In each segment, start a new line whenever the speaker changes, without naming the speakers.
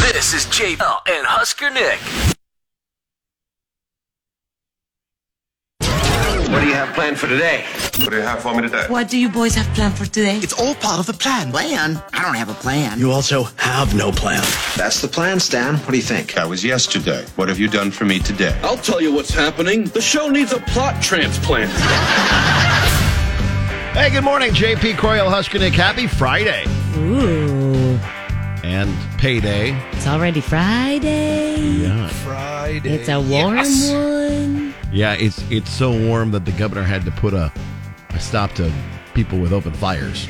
This is JBL and Husker Nick.
What do you have planned for today?
What do you have for me today?
What do you boys have planned for today?
It's all part of the plan.
Plan? I don't have a plan.
You also have no plan.
That's the plan, Stan. What do you think?
That was yesterday. What have you done for me today?
I'll tell you what's happening. The show needs a plot transplant.
Hey, good morning, JP Coyle Huskinick. Happy Friday
Ooh,
and payday.
it's already Friday.
Yeah,
It's a warm one.
yeah. It's it's so warm that the governor had to put a, a stop to people with open fires.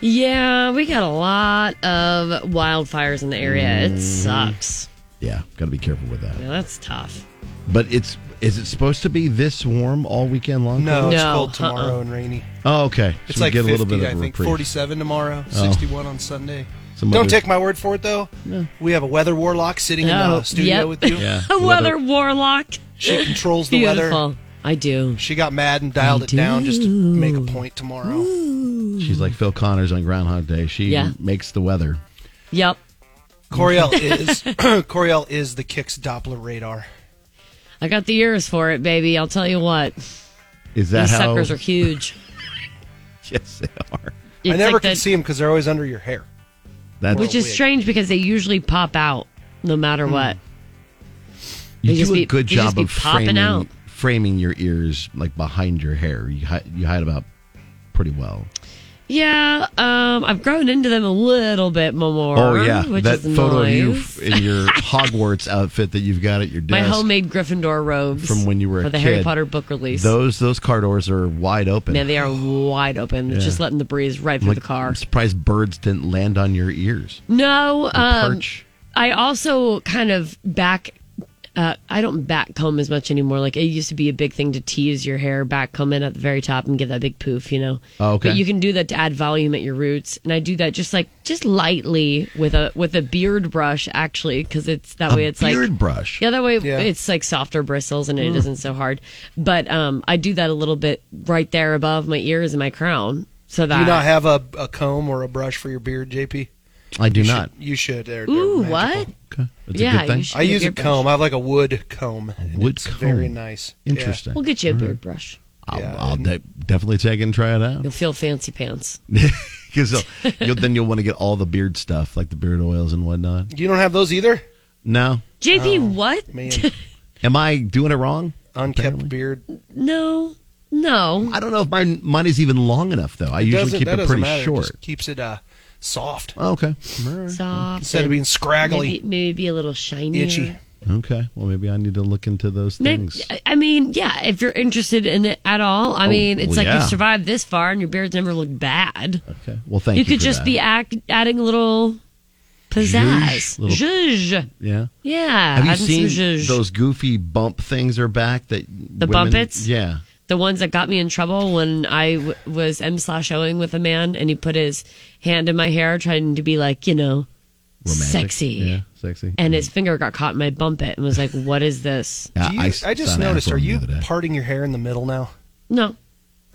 Yeah, we got a lot of wildfires in the area.
Mm-hmm.
It sucks.
Yeah, got to be careful with that.
Yeah, that's tough.
But it's is it supposed to be this warm all weekend long?
No, Oh, it's
No,
cold
uh-uh.
tomorrow and rainy.
Oh, okay. So
It's
we
like
get a
50,
little bit of
I
a
think.
reprieve. Oh.
47 tomorrow, 61 on Sunday.
Some
Don't
other-
take my word for it, though. We have a weather warlock sitting in
Oh,
the studio
yep.
with you.
Yeah.
A weather warlock.
She controls the weather.
Beautiful. I do.
She got mad and dialed it down just to make a point tomorrow.
She's like Phil Connors on Groundhog Day. She
Yeah.
makes the weather.
Yep.
Coriel is Coriel is the Kicks Doppler radar.
I got the ears for it, baby. I'll tell you what.
Is that
These
how?
suckers are huge.
yes, they are.
It's
I never
like
can
the-
see them because they're always under your hair.
That's
Which is
wig.
strange because they usually pop out no
Hmm.
matter what.
You
They
do
just
a
be-
good
they just
job
be
of
popping
framing,
out.
framing your ears like behind your hair. You hide, you hide about pretty well.
Yeah, um, I've grown into them a little bit more.
oh yeah,
which
that
is
photo of you
nice.
f- in your Hogwarts outfit that you've got at your
My
desk
homemade Gryffindor robes
from when you were
for
a
the
kid.
Harry Potter book release.
Those those car doors are wide open.
Man, they are wide open. It's Just letting the breeze right through
Like,
the car.
I'm surprised birds didn't land on your ears.
No,
Or
um,
perch.
I also kind of back. Uh, I don't back comb as much anymore. Like it used to be a big thing to tease your hair, back comb in at the very top and get that big poof, you know.
Oh, okay.
But you can do that to add volume at your roots, and I do that just like just lightly with a with a beard brush actually, because it's that way. oh, It's like
beard brush.
Yeah, that way
Yeah. Mm.
it's like softer bristles and it isn't so hard. But um, I do that a little bit right there above my ears and my crown, so that
Do you not have a, a comb or a brush for your beard, JP?
I do not.
You should. They're, they're
ooh
magical.
what?
Okay, that's
Yeah,
a good thing.
you should.
I use a
Earbrush.
comb. I have like a wood comb. and
Wood
it's
comb.
Very nice. Yeah.
Interesting.
We'll get you a
Mm-hmm.
beard brush.
I'll,
Yeah,
I'll de- definitely take it and try it out
You'll feel fancy pants.
Oh,
because you'll, then you'll want to get all the beard stuff like the beard oils and whatnot.
You don't have those either?
No,
JP, what?
Man,
am I doing it wrong?
unkept
Apparently.
beard. It
No, no.
I don't know if mine mine is even long enough though. I
doesn't-
usually keep
that
it
doesn't
pretty
matter. It
short.
just keeps it uh, soft
Oh, okay. All right.
Soft.
instead of being
maybe,
scraggly,
maybe be a little shiny.
itchy.
Okay. Well, maybe I need to look into those things.
I mean, yeah, if you're interested in it at all, I
Oh,
mean, it's
well,
like
yeah.
you survived this far and your beard's never looked bad.
Okay. Well, thank you.
you could
for
just
that.
be act, adding a little pizzazz.
Zhuzh, little-
Zhuzh.
Yeah.
Yeah.
Have you
adding some
seen
zhuzh.
those goofy bump things are back that the
bumpets?
Yeah.
the ones that got me in trouble when I w- was M slash Oing with a man and he put his hand in my hair trying to be like, you know,
Romantic.
sexy.
Yeah. Sexy.
And
Mm.
his finger got caught in my bumpet and was like, what is this?
Yeah,
Do you, I,
s- saw
just
an ad
noticed.
for
Are
them the
you
other day.
parting your hair in the middle now?
No.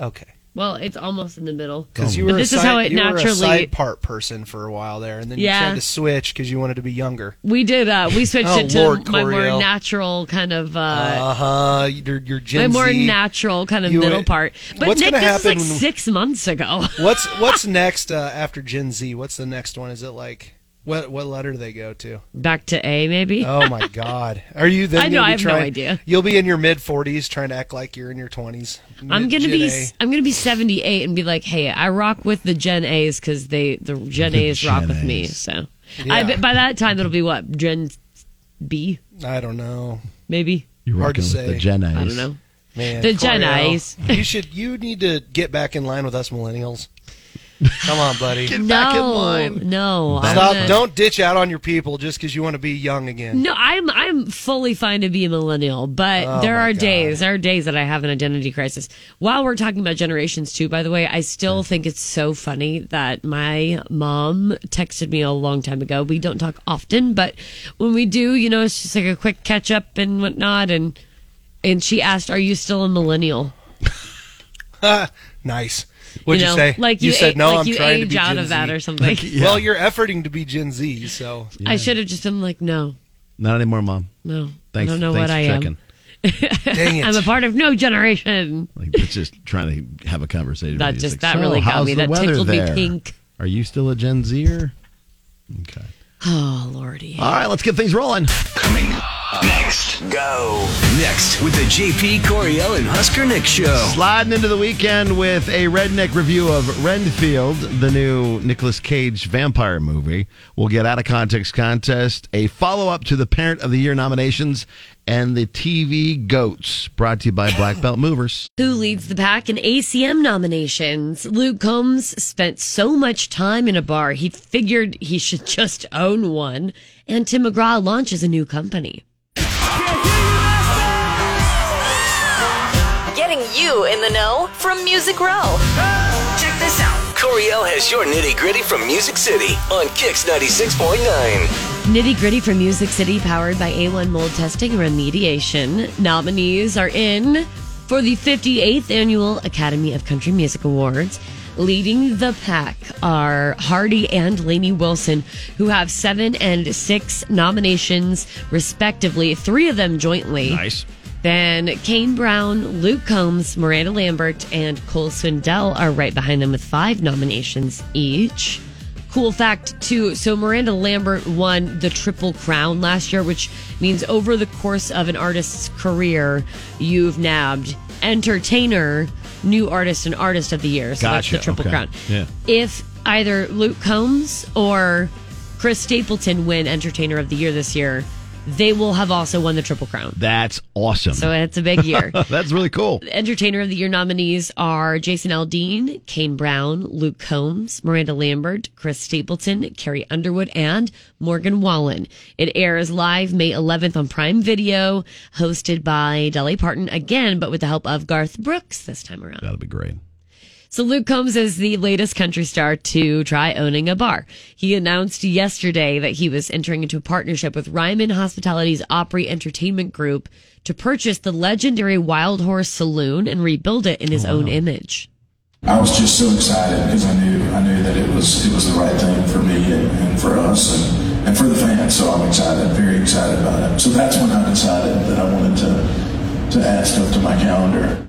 Okay,
Well, it's almost in the middle.
because you
But
were
this
a
is
side,
how it
you were
naturally-
a side part person for a while there, and then
Yeah.
you tried to switch because you wanted to be younger.
We did. Uh, we switched
Oh,
it to
Lord
my more
Coriel.
natural kind of. Uh,
Uh huh. Your your
my
Gen
more
Z.
natural kind of
You-
middle part, but
what's
Nick,
gonna
this is like
happen when-
six months ago.
what's what's next uh, after Gen Z? What's the next one? Is it like what what letter do they go to?
Back to A, maybe.
Oh my God! Are you then?
I know,
gonna be
I have no
trying-
idea.
You'll be in your mid forties trying to act like you're in your twenties.
I'm gonna be s- I'm gonna be 78 and be like, hey, I rock with the Gen A's because they the Gen
The
A's rock
Gen
with me.
As.
So I
Yeah.
bet by that time it'll be what Gen B
I don't know,
maybe
You're
Hard to
working with the
say.
Gen A's.
I don't know.
man.
The Gen
Coriel,
I's.
you should. You need to get back in line with us millennials. Come on, buddy.
back in
No,
line.
no, I'm
Stop!
gonna-
Don't ditch out on your people just because you want to be young again.
No, I'm I'm fully fine to be a millennial, but
Oh
there are days there are days that I have an identity crisis. While we're talking about generations too, by the way, I still think it's so funny that my mom texted me a long time ago. We don't talk often, but when we do, you know, it's just like a quick catch up and whatnot. And and she asked, "Are you still a millennial?"
Nice. What'd you,
know,
say?
Like you,
said,
age-
no,
like
I'm
you
trying
age
to be
out
Gen
of that
Z."
or something.
Well, you're efforting to be Gen Z, so
I should have just been like, no,
Not anymore, Mom.
no.
Thanks.
I don't know
thanks
what
for
I
checking.
am.
dang it.
I'm a part of no generation.
Like that's just trying to have a conversation.
That
with you. It's
just-
like,
that
"So,
really got
how's
me.
the
That
weather
tickled me
there?
pink."
Are you still a Gen Zer? Okay.
Oh lordy.
All right, let's get things rolling.
Next. Go.
Next with the JP
Coriel and Husker Nick Show.
Sliding into the weekend with a redneck review of Renfield, the new Nicolas Cage vampire movie. We'll get out of context contest, a follow up to the Parent of the Year nominations, and the TV Goats, brought to you by Black Belt Movers.
Who leads the pack in ACM nominations? Luke Combs spent so much time in a bar, he figured he should just own one. And Tim McGraw launches a new company.
Getting you in the know from Music Row.
Check this out. Coriel has your nitty gritty from Music City on Kix 96.9.
Nitty Gritty from Music City, powered by A1 Mold Testing and Remediation. Nominees are in for the 58th Annual Academy of Country Music Awards. Leading the pack are Hardy and Lainey Wilson, who have seven and six nominations, respectively, three of them jointly.
Nice.
Then Kane Brown, Luke Combs, Miranda Lambert, and Cole Swindell are right behind them with five nominations each. Cool fact, too. So Miranda Lambert won the Triple Crown last year, which means over the course of an artist's career, you've nabbed entertainer, new artist, and artist of the year. So
Gotcha.
that's the Triple
Okay.
Crown.
Yeah.
If either Luke Combs or Chris Stapleton win Entertainer of the Year this year, they will have also won the Triple Crown.
That's awesome.
So it's a big year.
that's really cool.
Entertainer of the Year nominees are Jason Aldean, Kane Brown, Luke Combs, Miranda Lambert, Chris Stapleton, Carrie Underwood, and Morgan Wallen. It airs live May 11th on Prime Video, hosted by Dolly Parton again, but with the help of Garth Brooks this time around.
That'll be great.
So Luke Combs is the latest country star to try owning a bar. He announced yesterday that he was entering into a partnership with Ryman Hospitality's Opry Entertainment Group to purchase the legendary Wild Horse Saloon and rebuild it in his own image.
I was just so excited because I knew I knew that it was it was the right thing for me and, and for us and, and for the fans. So I'm excited, very excited about it. So that's when I decided that I wanted to to add stuff to my calendar.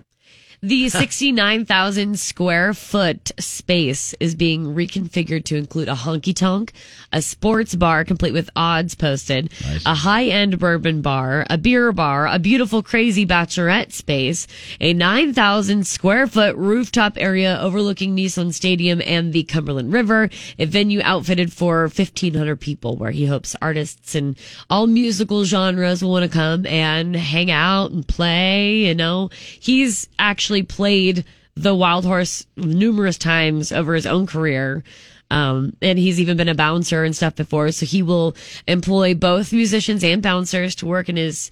The 69,000 square foot space is being reconfigured to include a honky tonk, a sports bar complete with odds posted, a high end bourbon bar, a beer bar, a beautiful crazy bachelorette space, a 9,000 square foot rooftop area overlooking Nissan Stadium and the Cumberland River, a venue outfitted for 1,500 people where he hopes artists and all musical genres will want to come and hang out and play, you know. He's actually played the wild horse numerous times over his own career. Um, and he's even been a bouncer and stuff before. So he will employ both musicians and bouncers to work in his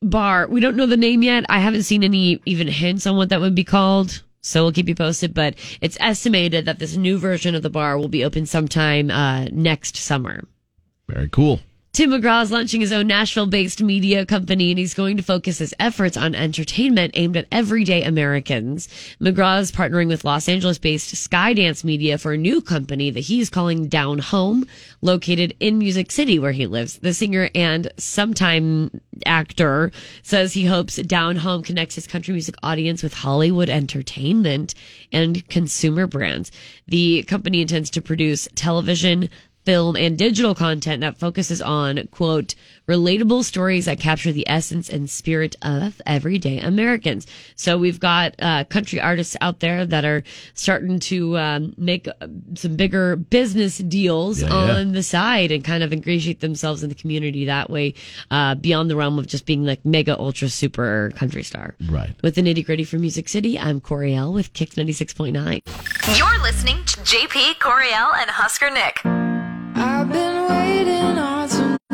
bar. We don't know the name yet. I haven't seen any even hints on what that would be called. So we'll keep you posted, but it's estimated that this new version of the bar will be open sometime uh, next summer.
Very cool.
Tim McGraw is launching his own Nashville based media company and he's going to focus his efforts on entertainment aimed at everyday Americans. McGraw is partnering with Los Angeles based Skydance Media for a new company that he's calling Down Home, located in Music City where he lives. The singer and sometime actor says he hopes Down Home connects his country music audience with Hollywood entertainment and consumer brands. The company intends to produce television, film and digital content that focuses on quote relatable stories that capture the essence and spirit of everyday americans so we've got uh, country artists out there that are starting to um, make uh, some bigger business deals
Yeah, yeah.
on the side and kind of ingratiate themselves in the community that way uh, beyond the realm of just being like mega ultra super country star
Right.
with the nitty gritty from music city i'm corey l with kick 96.9
You're listening to JP Coriel and Husker Nick.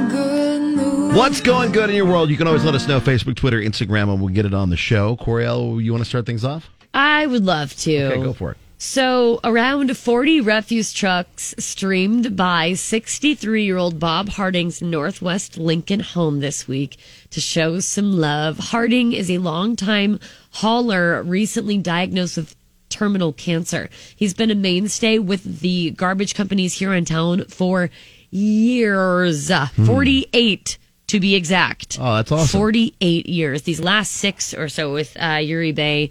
What's going good in your world? You can always let us know Facebook, Twitter, Instagram, and we'll get it on the show. Coriel, you want to start things off?
i would love to
Okay, go for it.
So, around 40 refuse trucks streamed by 63 year old Bob Harding's Northwest Lincoln home this week to show some love. Harding is a longtime hauler recently diagnosed with terminal cancer. He's been a mainstay with the garbage companies here in town for years 48 to be exact.
Hmm. Oh, that's awesome.
48 years. These last six or so with uh, Uri Bay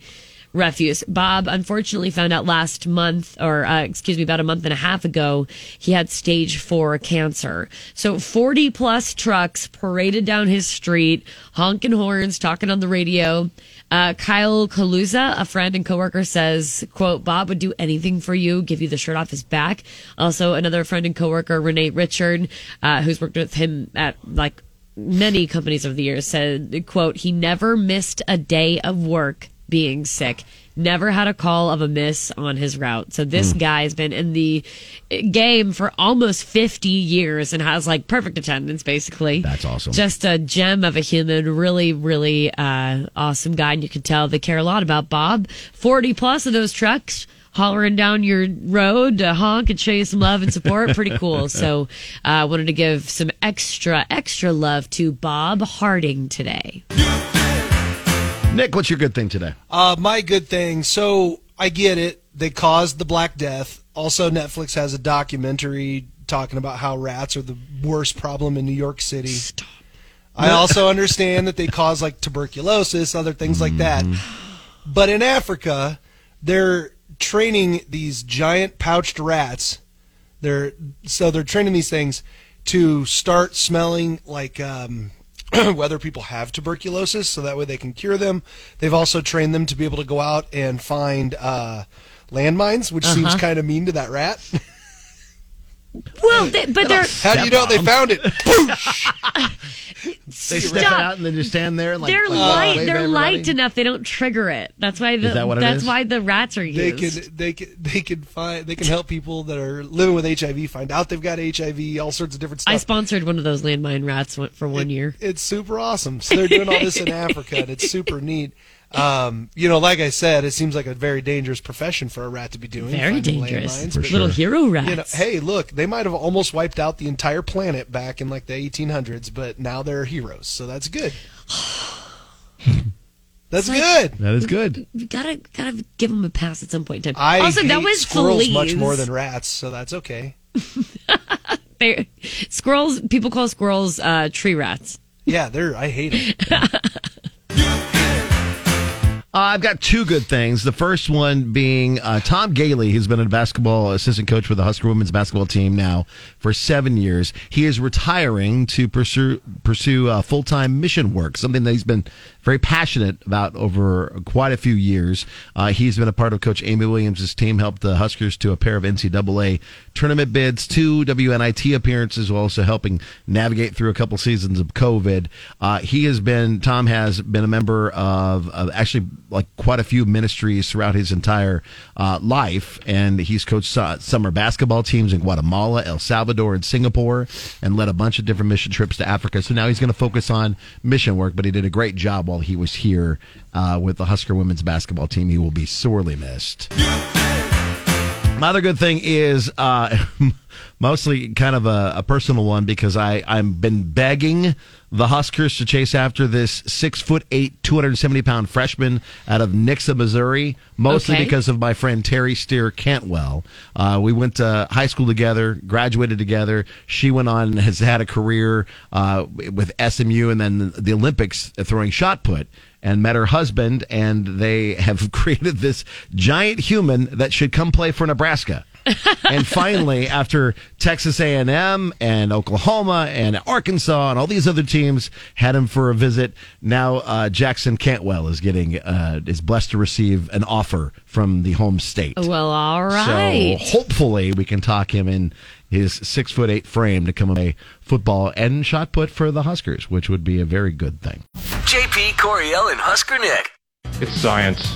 refuse. Bob unfortunately found out last month, or uh, excuse me, about a month and a half ago, he had stage four cancer. So 40 plus trucks paraded down his street, honking horns, talking on the radio. Uh, Kyle Kaluza, a friend and coworker, says, "quote Bob would do anything for you, give you the shirt off his back." Also, another friend and coworker, Renee Richard, uh, who's worked with him at like many companies over the years said quote he never missed a day of work being sick never had a call of a miss on his route so
Hmm.
this guy has been in the game for almost 50 years and has like perfect attendance basically
That's awesome.
just a gem of a human really really uh, awesome guy and you can tell they care a lot about bob 40 plus of those trucks hollering down your road to honk and show you some love and support pretty cool so i uh, wanted to give some extra extra love to bob harding today
Nick, what's your good thing today?
Uh, my good thing. So I get it. They caused the Black Death. Also, Netflix has a documentary talking about how rats are the worst problem in New York City. I also understand that they cause like tuberculosis, other things like that. But in Africa, they're training these giant pouched rats. They're so they're training these things to start smelling like um, whether people have tuberculosis, so that way they can cure them. They've also trained them to be able to go out and find uh, landmines, which seems kind of mean to that rat.
well they, but they're
How do you know they found it?
They step
Stop.
it out and then just stand there. Like,
they're
like,
light
wave
they're
everybody.
light enough they don't trigger it that's why the,
Is that what it
that's
is?
why the rats are
they
used
can they can they can find they can help people that are living with HIV find out they've got HIV, all sorts of different stuff.
i sponsored one of those landmine rats one- for one year
it's super awesome. So they're doing all this in Africa, and it's super neat. Um, you know, like I said, it seems like a very dangerous profession for a rat to be doing.
very
finding
dangerous
landmines, but,
little hero rats
You know, hey, look, they might have almost wiped out the entire planet back in like the 1800s, but now they're heroes, so that's good. That's good.
That is good.
we gotta gotta give them a pass at some point in time
I
also
hate
that was
squirrels
Feliz.
much more than rats, so that's okay.
they squirrels people call squirrels uh, tree rats
Yeah, they're I hate them.
Uh, I've got two good things. The first one being uh, Tom Gailey, who's been a basketball assistant coach for the Husker women's basketball team now for seven years. He is retiring to pursue pursue uh, full time mission work, something that he's been very passionate about over quite a few years. Uh, he's been a part of Coach Amy Williams' team, helped the Huskers to a pair of NCAA tournament bids, two WNIT appearances, while also helping navigate through a couple seasons of COVID. Uh, he has been, Tom has been a member of, of actually like quite a few ministries throughout his entire uh, life. And he's coached uh, summer basketball teams in Guatemala, El Salvador, and Singapore, and led a bunch of different mission trips to Africa. So now he's going to focus on mission work, but he did a great job while he was here uh, with the Husker women's basketball team. He will be sorely missed. My other good thing is uh, mostly kind of a, a personal one because I I've been begging the Huskers to chase after this six foot eight, two hundred and seventy pound freshman out of Nixa, Missouri, mostly
Okay.
because of my friend Terry Steer Cantwell. Uh, we went to high school together, graduated together. She went on and has had a career uh, with SMU and then the Olympics uh, throwing shot put and met her husband, and they have created this giant human that should come play for Nebraska. and finally, after Texas A&M and Oklahoma and Arkansas and all these other teams had him for a visit, now uh, Jackson Cantwell is getting uh, is blessed to receive an offer from the home state.
well Oh, all right
So hopefully, we can talk him in his six foot eight frame to come play football and shot put for the Huskers, which would be a very good thing.
JP Coriel and Husker Nick.
It's science.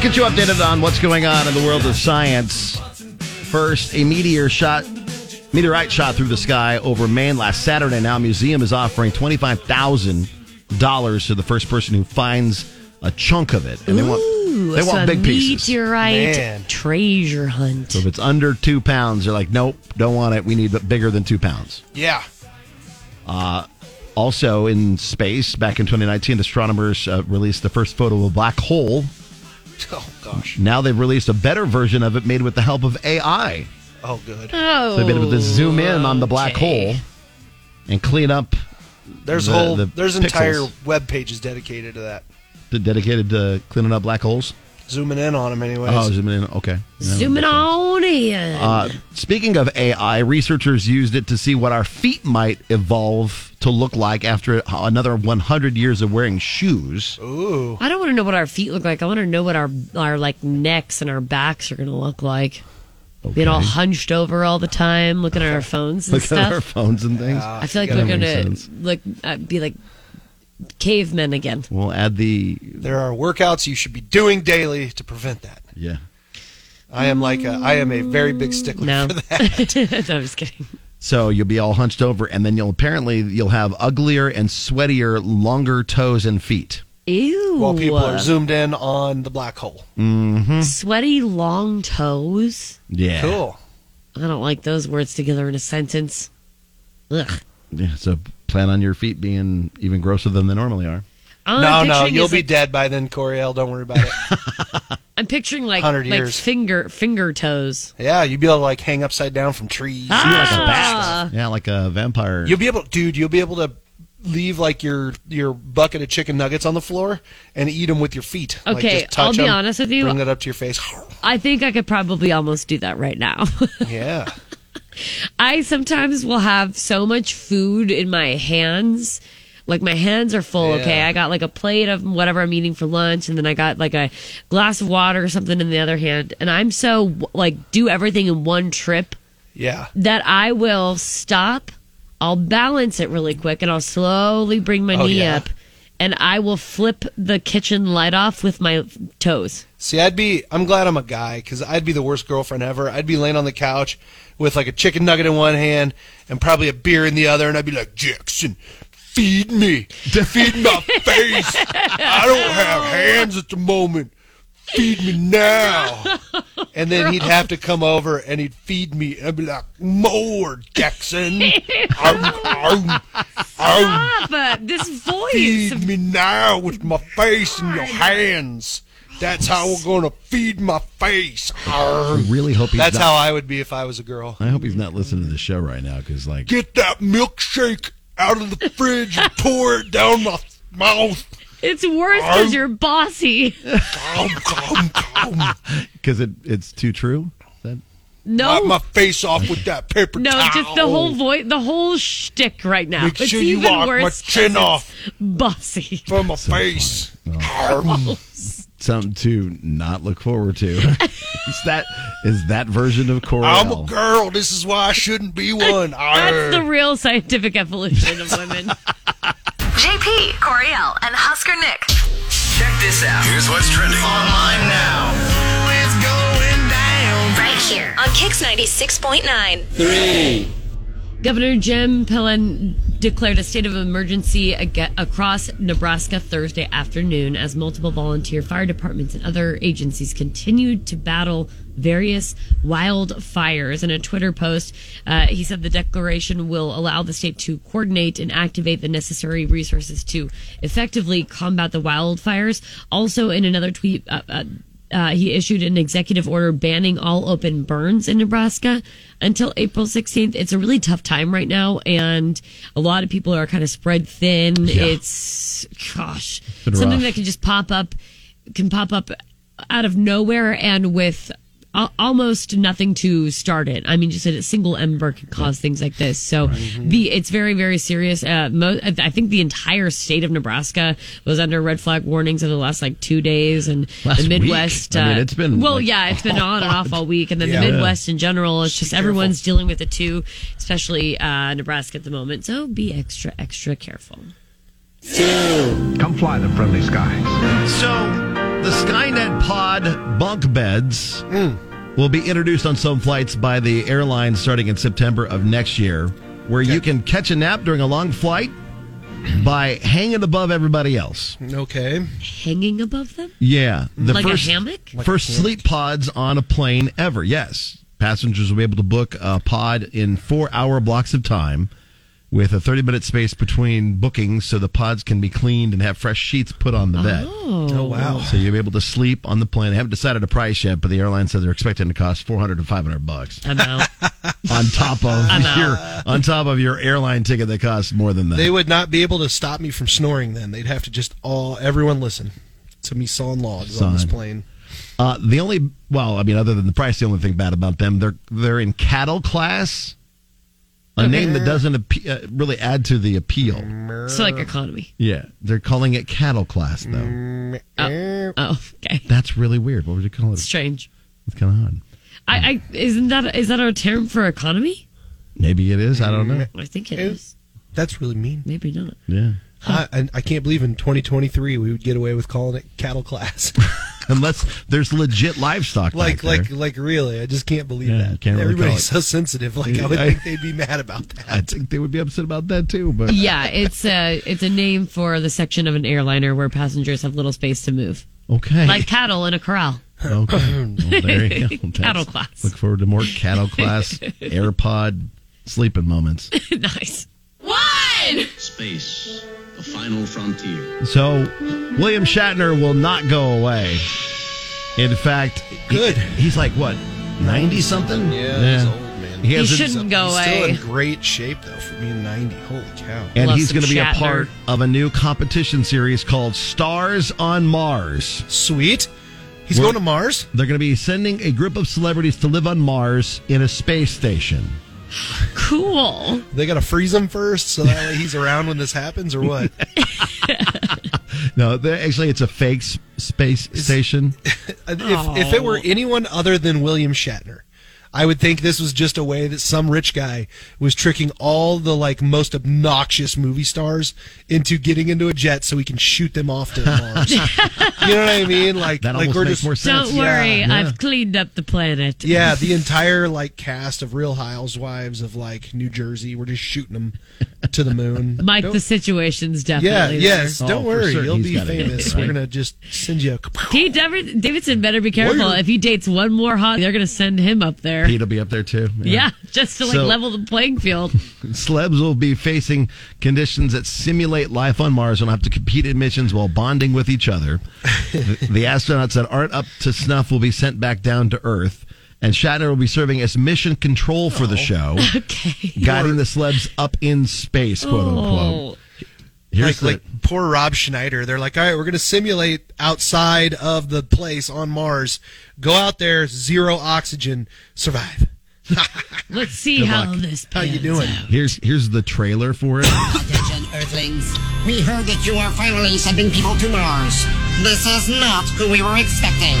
Get you updated on what's going on in the world of science. First, a meteor shot, meteorite shot through the sky over Maine last Saturday. Now, a museum is offering twenty five thousand dollars to the first person who finds a chunk of it, and they
Ooh,
want they
so
want big pieces.
meteorite
Man.
treasure hunt
So if it's under two pounds, they're like, nope, don't want it. We need bigger than two pounds.
Yeah.
Also in space, back in 2019, astronomers uh, released the first photo of a black hole
Oh god. gosh.
Now they've released a better version of it made with the help of AI.
Oh, good.
So they've been
Oh,
able to zoom in on the black
okay.
hole and clean up.
There's
the-
whole
the
there's
pixels
entire web pages dedicated to that.
that dedicated to cleaning up black holes.
Zooming in on them, anyways.
Oh, zooming in. Okay. Yeah.
Zooming on in.
Uh, speaking of AI, researchers used it to see what our feet might evolve to look like after another 100 years of wearing shoes.
Ooh.
I don't want to know what our feet look like. I want to know what our our like necks and our backs are going to look like. Oh. Being all hunched over all the time, looking at our phones and
Look
stuff.
at our phones and things.
I feel like
That
we're going
makes
to
sense.
look uh, be like cavemen again.
We'll add the
There are workouts you should be doing daily to prevent that.
yeah.
I am like a I am a very big stickler
No,
for that.
no, I'm just kidding.
So you'll be all hunched over, and then you'll apparently you'll have uglier and sweatier, longer toes and feet.
Ew.
While people are zoomed in on the black hole.
Mm-hmm.
Sweaty long toes.
Yeah.
Cool.
I don't like those words together in a sentence. Ugh.
Yeah. So plan on your feet being even grosser than they normally are.
All
no,
I'm
no,
picturing
you'll
is,
be
like-
dead by then, Coriel. Don't worry about it.
I'm picturing like
100
like
years.
finger finger toes.
yeah, you'll be able to like hang upside down from trees.
Ah,
Yeah, like a vampire.
You'll be able, dude. You'll be able to leave like your your bucket of chicken nuggets on the floor and eat them with your feet. Like,
Okay,
just touch
I'll be
'em,
honest with you.
Bring that up to your face.
I think I could probably almost do that right now.
yeah.
I sometimes will have so much food in my hands. Like my hands are full, okay?
Yeah.
I got like a plate of whatever I'm eating for lunch and then I got like a glass of water or something in the other hand. And I'm so like do everything in one trip
Yeah.
that I will stop. I'll balance it really quick and I'll slowly bring my
Oh,
knee
yeah.
up and I will flip the kitchen light off with my toes.
See, I'd be. I'm glad I'm a guy because I'd be the worst girlfriend ever. I'd be laying on the couch with like a chicken nugget in one hand and probably a beer in the other, and I'd be like, Jackson, feed me, feed my face. I don't have hands at the moment. Feed me now. And then he'd have to come over and he'd feed me and I'd be like, More, Jackson. Ow, ow, ow.
But uh, this voice
Feed me now with my face in your hands. That's how we're gonna feed my face.
I
Arr.
really hope he's
That's
not,
how I would be if I was a girl.
I hope he's not listening to the show right now because like
Get that milkshake out of the fridge and pour it down my mouth.
it's worse because you're bossy.
Gum, gum, gum.
because it, it's too true. Is That
No
Wipe my face off with that paper
No,
towel.
just the whole voice, the whole shtick right now.
Make
it's
sure you
even
lock my
worse
chin
'cause
off.
it's Bossy.
from my face. Arr.
something to not look forward to. is that is that version of Coral?
I'm a girl. This is why I shouldn't be one. Arr.
That's the real scientific evolution of women.
JP, Coriel, and Husker Nick.
Check this out.
Here's what's trending online now. It's going down.
Right here on Kix 96.9.
Governor Jim Pillen declared a state of emergency aga across Nebraska Thursday afternoon as multiple volunteer fire departments and other agencies continued to battle various wildfires. In a Twitter post, uh, he said the declaration will allow the state to coordinate and activate the necessary resources to effectively combat the wildfires. Also, in another tweet, uh, uh, uh, he issued an executive order banning all open burns in Nebraska until April 16th. It's a really tough time right now, and a lot of people are kind of spread thin. It's, gosh,
been
something
rough.
that can just pop up, can pop up out of nowhere and with al- almost nothing to start it. I mean, just a single ember can cause things like this. So the it's very very serious. Uh, mo- I think the entire state of Nebraska was under red flag warnings over the last like two days, and
Last
the
week.
Midwest. uh,
I mean, it's been,
well,
like,
yeah, it's been on and off all week, and then the Midwest in general. It's just everyone's dealing with it too, especially uh, Nebraska at the moment. So be extra extra careful.
Come fly the friendly skies.
So the Skynet pod bunk beds will be introduced on some flights by the airline starting in September of next year, where you can catch a nap during a long flight by hanging above everybody else.
Okay.
Hanging above them.
Yeah, the
Like a hammock? Like
first sleep pods on a plane ever. Yes, passengers will be able to book a pod in four-hour blocks of time. with a 30 minute space between bookings so the pods can be cleaned and have fresh sheets put on the bed.
Oh. Oh, wow.
So you'll be able to sleep on the plane. They haven't decided a price yet, but the airline says they're expecting to cost 400 to 500 bucks.
I'm out.
on top
I'm
of
out.
your on top of your airline ticket that costs more than that.
They would not be able to stop me from snoring then. They'd have to just all everyone listen to me sawing logs on this
Son.
plane.
Uh, the only well, I mean, other than the price, the only thing bad about them they're they're in cattle class, a
Okay.
name that doesn't appe- uh, really add to the appeal.
So like economy.
Yeah, Mm. they're calling it cattle class though.
Oh, oh, okay.
That's really weird. What would you call it?
Strange.
It's kind of odd. Hmm.
I, I isn't that is that a term for economy?
Maybe it is. I don't know.
I think it is.
That's really mean.
Maybe not.
Yeah,
I, and I can't believe in 2023 we would get away with calling it cattle class.
unless there's legit livestock.
like
back there.
like like really, I just can't believe
Yeah, you
that.
can't really
Everybody's
call it-
so sensitive. Like I would
I-
think they'd be mad about that.
I think they would be upset about that too. But
Yeah, it's a it's a name for the section of an airliner where passengers have little space to move,
okay,
like cattle in a corral.
Okay. Well, there you go.
Cattle class.
Look forward to more cattle class, AirPod, sleeping moments.
nice.
Space, the final frontier.
So, William Shatner will not go away. In fact, good. he's like what, ninety something?
Yeah, he's old man.
He, hasn't-
he's Still in great shape though for being 90. Holy cow!
And he's going to be a part of a new competition series called Stars on Mars.
Sweet. He's going to Mars?
They're going to be sending a group of celebrities to live on Mars in a space station.
Cool.
They gotta freeze him first, so that way he's around when this happens, or what?
No, they're- actually, it's a fake s- space station.
if, if it were anyone other than William Shatner, I would think this was just a way that some rich guy was tricking all the like most obnoxious movie stars into getting into a jet so he can shoot them off to Mars. you know what I mean? Like,
That
like
almost
we're
makes
just
more sense.
Don't worry,
Yeah.
I've cleaned up the planet.
Ah, Yeah, the entire like cast of Real Housewives of like New Jersey, we're just shooting them to the moon.
Mike,
Don't-
the situation's
yeah,
definitely there.
yes.
Oh,
Don't
for
worry,
certain
you'll
he's
be
gotta be,
famous.
right?
We're gonna just send you a
Pete Dav- Davidson better be careful.
Warrior.
If he dates one more hot, they're going to send him up there.
Pete will be up there too.
yeah. just to like
So-
level the playing field.
Celebs will be facing conditions that simulate life on Mars and will have to compete in missions while bonding with each other. the, the astronauts that aren't up to snuff will be sent back down to Earth, and Shatner will be serving as mission control for
Oh.
the show,
Okay.
guiding the celebs up in space, quote unquote.
Oh,
Here's
like,
the-
like poor Rob Schneider. They're like, all right, we're going to simulate outside of the place on Mars. Go out there, zero oxygen, survive.
let's see
Good
how
luck.
this
How
pans
you doing?
out.
Here's here's the trailer for it.
Attention, Earthlings. We heard that you are finally sending people to Mars. This is not who we were expecting.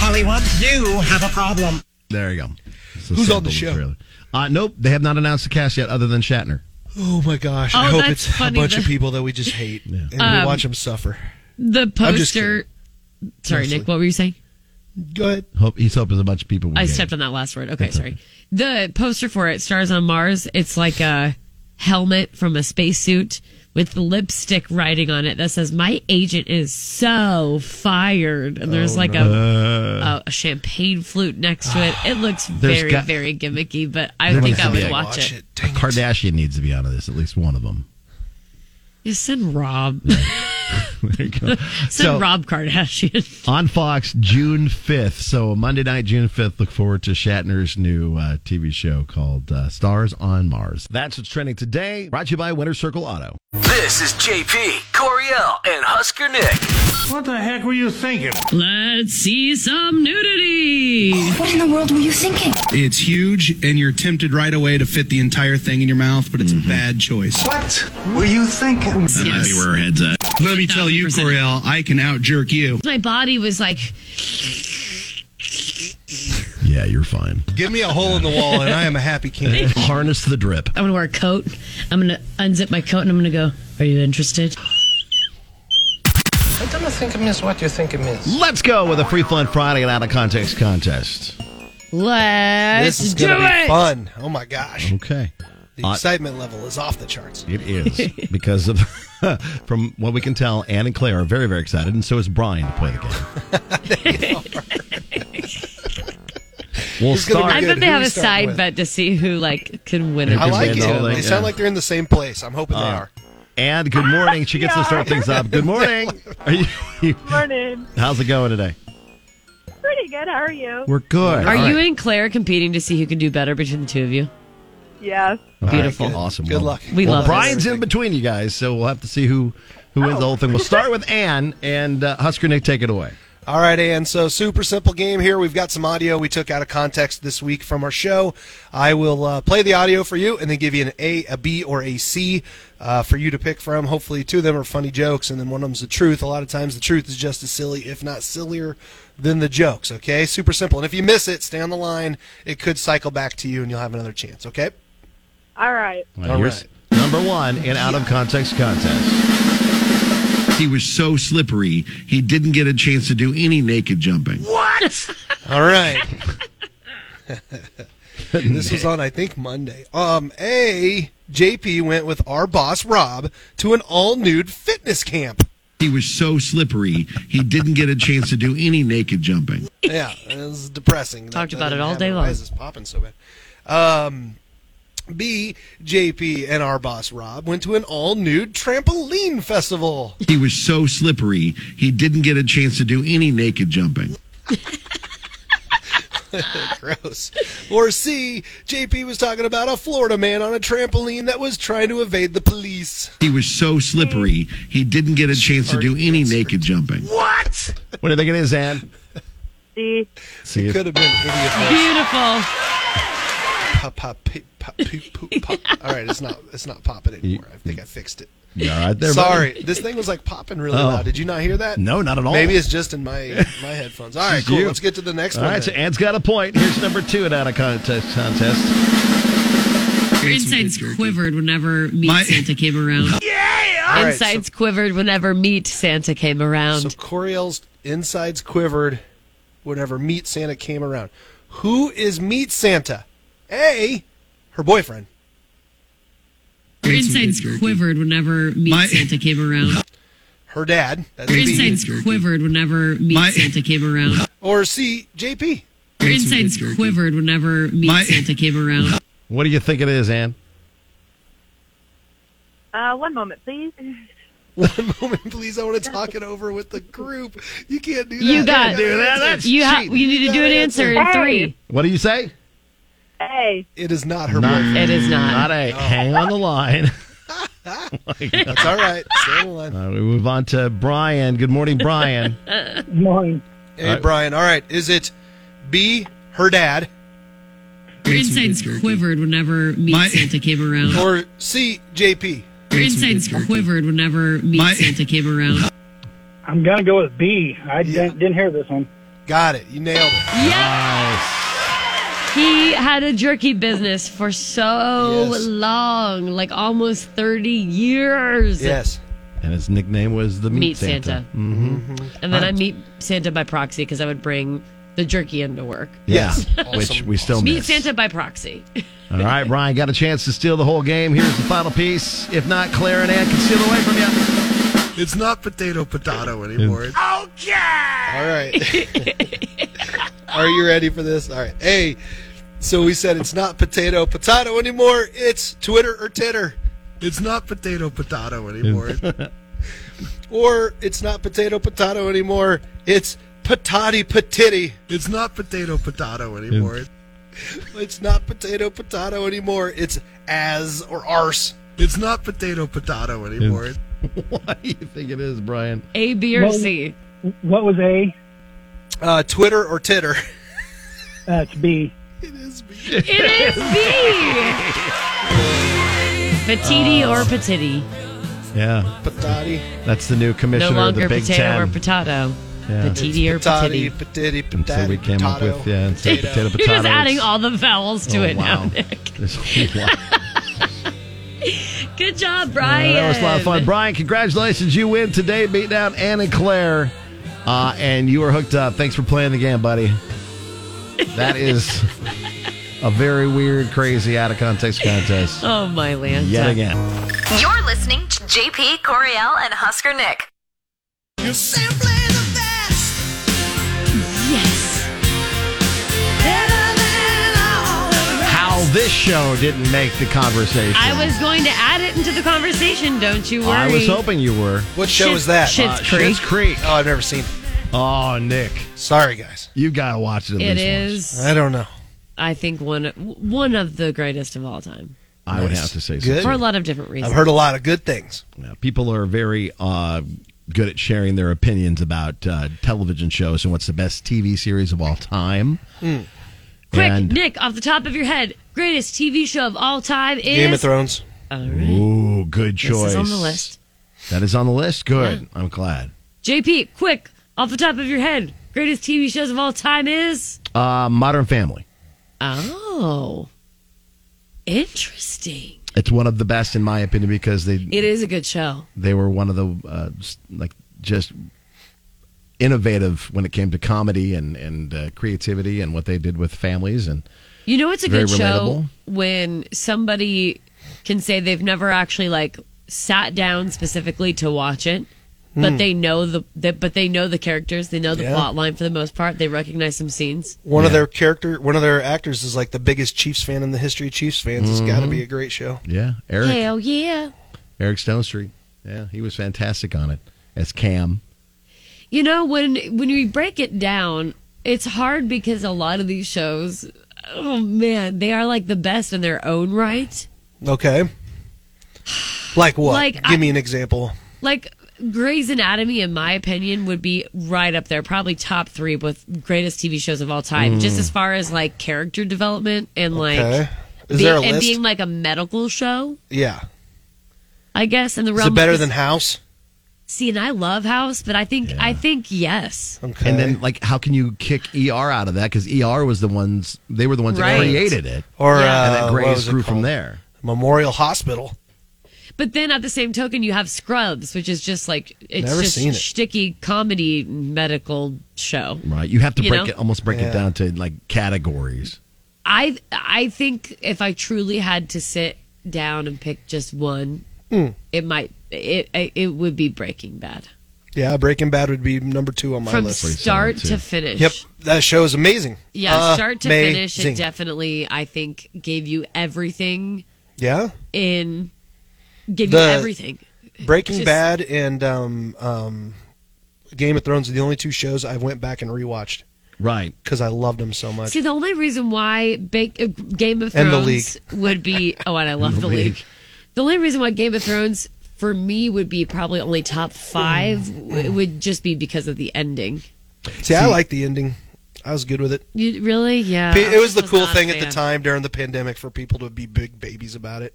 Hollywood, you have a problem.
There you go. It's a
Who's on
sample
the
of
show?
trailer. Uh, nope, they have not announced the cast yet, other than Shatner.
Oh my gosh!
Oh,
I hope
that's
it's a
funny
bunch
that-
of people that we just hate and we
Um,
watch them suffer.
The
just
poster. Sorry,
Mostly.
Nick, what were you saying?
Go ahead.
Hope he's hoping a bunch of people. Will
I
get it.
stepped on that last word. Okay, sorry. The poster for it, Stars on Mars, it's like a helmet from a spacesuit with lipstick writing on it that says, My agent is so fired. And
Oh,
there's like
Uh,
a, a champagne flute next to it. It looks very,
got-
very gimmicky, but I
There
think
needs to
I
be
would
a-
watch, it.
Dang it.
Kardashian needs to be on this, at least one of them.
You send Rob.
There you go.
Send Rob Kardashian.
on Fox June 5th. So Monday night, June 5th, look forward to Shatner's new uh, TV show called uh, Stars on Mars. That's what's trending today. Brought to you by Winter Circle Auto.
This is JP, Coriel, and Husker Nick.
What the heck were you thinking?
Let's see some nudity.
What in the world were you thinking?
It's huge, and you're tempted right away to fit the entire thing in your mouth, but it's
Mm-hmm.
a bad choice.
What were you thinking?
That might be where our head's at. Let me tell you, Coriel, I can out jerk you.
My body was like,
Yeah, you're fine.
Give me a hole in the wall, and I am a happy camper.
Harness the drip.
I'm gonna wear a coat. I'm gonna unzip my coat and I'm gonna go, Are you interested?
I don't think I miss what you think I miss.
Let's go with a free fun Friday and out of context contest.
Let's
This is
do
gonna
it.
be fun. Oh my gosh!
Okay.
The
Uh,
excitement level is off the charts.
it is because of from what we can tell, Anne and Claire are very, very excited, and so is Brian to play the game. We'll
It's gonna be
I
good.
bet they
Who
have
we
a
start
side
with?
bet to see who like can win it.
I like it.
whole
They
thing, yeah.
sound like they're in the same place. I'm hoping they
Uh,
are.
And good morning. She gets to start things up. Good morning. Are you,
Morning.
how's it going today?
Pretty good. How are you?
We're good.
Are
All
you
right.
and Claire competing to see who can do better between the two of you?
Yes.
Beautiful.
All right, good. Awesome.
Good
Well,
luck. We
well,
love it.
Brian's in between you guys, so we'll have to see who who wins the whole thing. We'll start with Ann and uh, Husker Nick. Take it away.
All right, Ann. So, super simple game here. We've got some audio we took out of context this week from our show. I will uh, play the audio for you and then give you an A, a B, or a C uh, for you to pick from. Hopefully, two of them are funny jokes, and then one of them's the truth. A lot of times, the truth is just as silly, if not sillier, than the jokes. Okay, super simple. And if you miss it, stay on the line. It could cycle back to you, and you'll have another chance. Okay.
All right.
All right, here's Number one in out of context contest.
He was so slippery, he didn't get a chance to do any naked jumping.
What? All right. this was on, I think, Monday. Um, A. JP went with our boss Rob to an all nude fitness camp.
He was so slippery, he didn't get a chance to do any naked jumping.
Yeah, it was depressing.
Talked
That-
about
that
it all
happened.
day
Why
long.
is this popping so bad? Um, B. JP and our boss Rob went to an all nude trampoline festival.
He was so slippery, he didn't get a chance to do any naked jumping.
Gross. Or C. JP was talking about a Florida man on a trampoline that was trying to evade the police.
He was so slippery, he didn't get a chance to do any naked jumping.
What?
What do you think it is, Ann?
See.
See
Could have been idiot.
Beautiful.
Pop, pop, peep, pop, peep, poop, pop. All right, it's not it's not popping anymore. I think I fixed it.
You all right there, buddy?
Sorry, this thing was like popping really
Oh.
loud. Did you not hear that?
No, not at all.
Maybe it's just in my my headphones. All right,
It's
cool.
you.
Let's get to the next
All
one.
right, so
then.
Ann's got a point. Here's number two in out of contest contest.
Her insides quivered whenever Meat Santa came around.
All right,
Insides quivered whenever Meat Santa came around.
So Coriel's insides quivered whenever Meat Santa came around. Who is Meat Santa? A, her boyfriend.
Her insides quivered whenever Meat
My-
Santa came around.
Her dad. That's
Her
B.
insides quivered whenever Meat
My-
Santa came around.
Or C, JP.
Her insides quivered whenever Meat
My-
Santa came around.
What do you think it is, Ann?
Uh, one moment, please.
One moment, please. I want to talk it over with the group. You can't do that.
You got you, ha- you need to do an
That
answer in three.
What do you say?
A.
It is not her
Not-
boyfriend.
It is not.
Not a. Hang on the line.
That's all right. Stay on the line.
Uh, we move on to Brian. Good morning, Brian.
Morning. Hey,
All right.
Brian. All right. Is it B, her dad,
Her insides quivered whenever Meat
My-
Santa came around.
or C, JP?
Her insides quivered whenever Meat Santa came around.
I'm gonna go with B. I didn't, didn't hear this one.
Got it. You nailed it.
He had a jerky business for so
Yes.
long, like almost 30 years.
And his nickname was the Meat,
Meat
Santa.
Santa.
Mm-hmm.
And then I meet Santa by proxy because I would bring the jerky into work.
Yeah, which we still
Meet
miss.
Santa by proxy.
All right, Brian got a chance to steal the whole game. Here's the final piece. If not, Claire and Ann can steal away from you.
It's not potato potato anymore. okay. All right. Are you ready for this? All right. Hey, so we said it's not potato potato anymore. It's Twitter or titter. It's not potato potato anymore. or it's not potato potato anymore. It's patati patiti. It's not potato potato anymore. it's not potato potato anymore. It's as or arse. It's not potato potato anymore.
What do you think it is, Brian?
A, B, or C.
What was A?
Uh, Twitter or titter.
That's B.
It is B. Patiti or patiti.
Yeah.
Patati.
That's the new
No
commissioner of
longer
the Big
potato
Ten.
or potato.
Yeah.
Patiti or
It's patati,
patiti.
patiti,
And so we came up
potato,
with, yeah, instead of potato,
You're
potato.
just adding all the vowels to
oh,
it
wow.
now.
There's a lot.
Good job,
Uh,
Brian.
that was a lot of fun. Brian, congratulations. You win today. Beat down Ann and Claire. Uh, and you are hooked up. Thanks for playing the game, buddy. That is a very weird, crazy, out of context contest.
Oh, my Lanta.
Yet again.
You're listening to JP, Coriel, and Husker Nick.
You're simply the best.
Yes.
Better than
this show didn't make the conversation.
I was going to add it into the conversation. Don't you worry.
I was hoping you were.
What show is that?
Shit's
Uh,
Creek.
Schitt's Creek.
Oh, I've never seen it.
Oh, Nick.
Sorry, guys.
You got to watch it. At
It
least
is.
I don't know.
I think one one of the greatest of all time.
I would have to say so,
Good.
too.
For a lot of different reasons.
I've heard a lot of good things.
Yeah, people are very uh, good at sharing their opinions about uh, television shows and what's the best TV series of all time.
Quick,
And
Nick, off the top of your head, greatest TV show of all time is
Game of Thrones.
Ooh, good
This is
choice.
on the list.
That is on the list. Good. I'm glad.
JP, quick, off the top of your head, greatest TV shows of all time is
Uh, Modern Family.
Oh. Interesting.
It's one of the best in my opinion because they
It is a good show.
they were one of the uh, s- like just innovative when it came to comedy and and uh, creativity and what they did with families and
You know it's a
Very
good show
relatable.
when somebody can say they've never actually like sat down specifically to watch it. But
Hmm.
they know the, the but they know the characters, they know the
Yeah.
plot line for the most part. They recognize some scenes.
One of their character, one of their actors is like the biggest Chiefs fan in the history of Chiefs fans. It's got to
Mhm.
be a great show.
yeah Eric
Hell yeah.
Eric Stone Street yeah he was fantastic on it as Cam
You know, when when we break it down, it's hard because a lot of these shows, oh man, they are like the best in their own right.
Okay. Like what?
Like,
Give
I-
me an example.
Like Grey's Anatomy, in my opinion, would be right up there, probably top three with greatest TV shows of all time,
Mm.
just as far as like character development and like
Okay. Is
be-
there a
and
list?
being like a medical show,
Yeah.
I guess. In the
Is
realm,
it better
of,
than House?
See, and I love House, but I think I think yes.
Okay.
and then like how can you kick ER out of that because ER was the ones they were the ones that
Right.
created it
Or
and
uh,
then
what
Grays
was it
grew from
called?
there
Memorial Hospital.
But then at the same token, you have Scrubs, which is just like it's
Never
just
seen it.
sticky comedy medical show.
right you have to
You
break
know?
it almost break
Yeah.
it down to like categories
I I think if I truly had to sit down and pick just one,
Mm.
it might it it it would be Breaking Bad.
Yeah, Breaking Bad would be number two on my
From
list.
start Pretty solid, to too. finish.
Yep, Uh, that show is amazing.
Yeah, start to finish,
Amazing.
it definitely I think gave you everything
yeah,
in gave you
The-
everything.
Breaking
Just-
Bad and um, um, Game of Thrones are the only two shows I went back and rewatched
right
because I loved them so much.
See, the only reason why ba- uh, Game of
And the
Thrones would be oh, and I love the
League.
league. The only reason why Game of Thrones for me would be probably only top five
Mm.
w- would just be because of the ending.
See, I like the ending. I was good with it.
You really, yeah.
P- it was the cool
not a
thing at the
fan.
time during the pandemic for people to be big babies about it.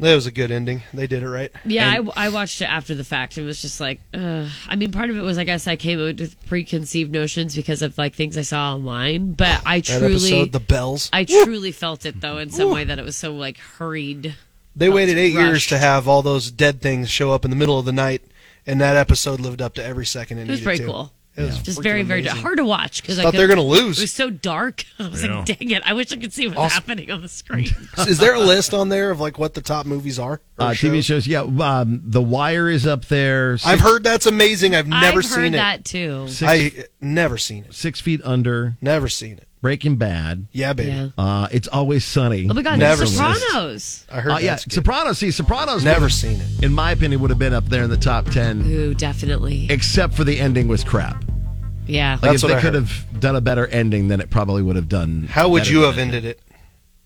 That was a good ending. They did it right.
Yeah,
And-
I, I watched it after the fact and was just like, Ugh. I mean, part of it was I guess I came up with preconceived notions because of like things I saw online, but I
That
truly
episode, the bells.
I truly felt it though in some way that it was so like hurried.
They
felt
waited eight years
rushed.
to have all those dead things show up in the middle of the night, and that episode lived up to every second.
It was
It, needed
pretty
to.
cool.
It was
Just
freaking
very, very
amazing.
hard to watch because I
Thought they were
couldn't-
gonna lose.
It was so dark. I was like,
Yeah.
dang it! I wish I could see what's
Also-
happening on the screen.
Is there a list on there of like what the top movies are? or
uh, TV shows yeah um, The Wire is up there
I've heard that's amazing. I've never
I've
seen
heard
it.
that too.
Six-
I never seen it.
Six Feet Under
never seen it
Breaking Bad
Yeah, baby.
Yeah.
Uh, it's always sunny.
Oh my god,
Never
The
seen it.
Sopranos.
I heard
Uh, yeah, Sopranos. See, Sopranos.
Never seen it.
In my opinion, would have been up there in the top ten.
Ooh, definitely.
Except for the ending was crap.
Yeah,
Like if they could have done a better ending, then it probably would have done.
How would
better
you
than
have
that.
ended it?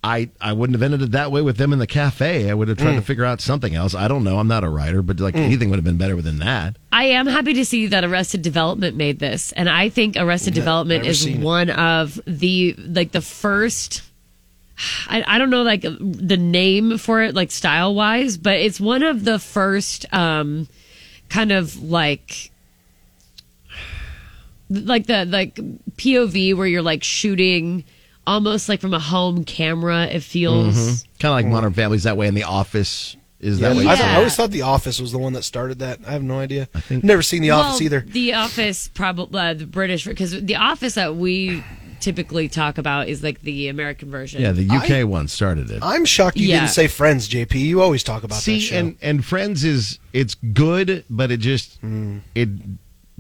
I I wouldn't have ended it that way with them in the cafe. I would have tried
Mm.
to figure out something else. I don't know. I'm not a writer, but like anything would have been better than that.
I am happy to see that Arrested Development made this, and I think Arrested
Ne-
Development
never
is
seen it.
one of the like the first. I, I don't know like the name for it like style wise, but it's one of the first um kind of like like the like POV where you're like shooting almost like from a home camera. It feels.
Kind of like Modern Family's that way. In the Office is that way.
Hmm. I,
too.
I always thought The Office was the one that started that. I have no idea. I
think-
never seen The
Well,
Office either.
The Office, probably uh, the British, because the Office that we typically talk about is like the American version.
Yeah, the UK
I-
one started it.
I'm shocked you
Yeah.
didn't say Friends, JP. You always talk about that
See,
show. Hmm.
and and Friends is it's good, but it just it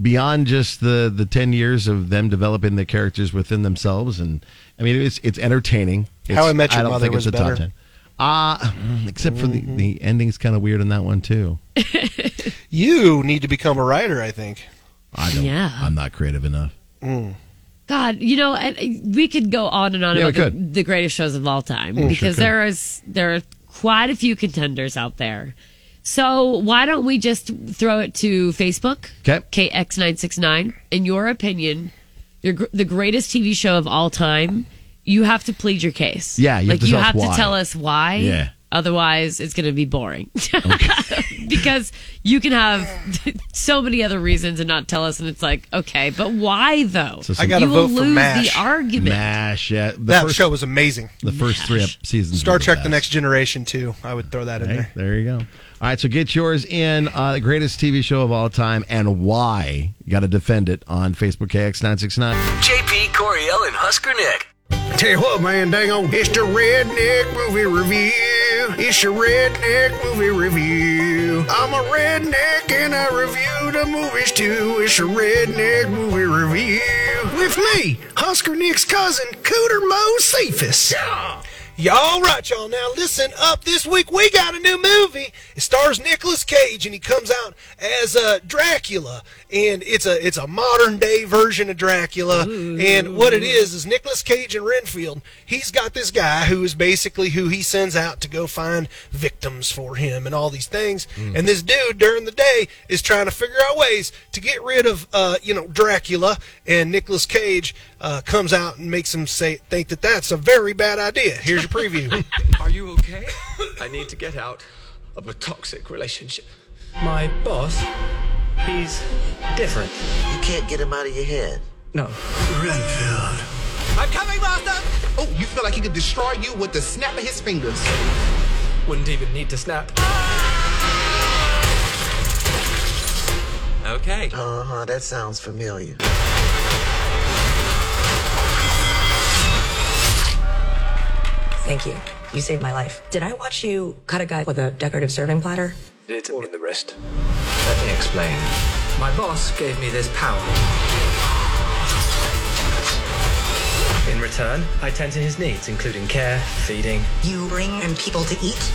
beyond just the the 10 years of them developing the characters within themselves and i mean it's it's entertaining it's,
How I Met Your
i don't
Mother
think
was
it's a
better. Mm-hmm.
top 10 ah except for the the ending's kind of weird in that one too
You need to become a writer, I think.
i don't
Yeah.
i'm not creative enough
Mm.
God, you know, and uh, we could go on and on
Yeah, we
about the,
could.
the greatest shows of all time
Mm, sure
because
could.
there is there are quite a few contenders out there. So why don't we just throw it to Facebook?
Okay.
KX969. In your opinion, your, gr- the greatest TV show of all time, you have to plead your case.
Yeah, you have
like
to
you
tell us
have to
why.
tell us why.
Yeah.
Otherwise, it's going to be boring. because you can have so many other reasons and not tell us, and it's like, okay, but why though?
So some- I gotta
you will
vote for
lose
MASH.
the argument.
mash yeah the
that
first,
show was amazing.
the first three ep- seasons
Star
were the
Trek: The
best.
Next Generation too. I would throw that in
Hey,
there.
there you go. All right, so get yours in uh, the greatest TV show of all time and why. You got to defend it on Facebook KX969.
JP Coriel and Husker Nick.
Tell you what, man, dang on. It's the Redneck Movie Review. It's the Redneck Movie Review. I'm a redneck and I review the movies too. It's the Redneck Movie Review. With me, Husker Nick's cousin, Cooter Mo Cephas.
Y'all right, y'all. Now listen up. This week we got a new movie. It stars Nicolas Cage, and he comes out as uh, Dracula, and it's a it's a modern day version of Dracula. And what it is is Nicolas Cage and Renfield. He's got this guy who is basically who he sends out to go find victims for him and all these things. And this dude during the day is trying to figure out ways to get rid of uh, you know Dracula. And Nicolas Cage uh, comes out and makes him say think that that's a very bad idea. Here's your preview.
Are you okay? I need to get out of a toxic relationship. My boss, he's different.
You can't get him out of your head.
No.
Renfield.
I'm coming, Master! Oh, you feel like he could destroy you with the snap of his fingers.
Wouldn't even need to snap. Okay.
Uh huh, that sounds familiar.
Thank you. You saved my life. Did I watch you cut a guy with a decorative serving platter?
It in the wrist. Let me explain. My boss gave me this power. In return, I tend to his needs, including care, feeding.
You bring in people to eat?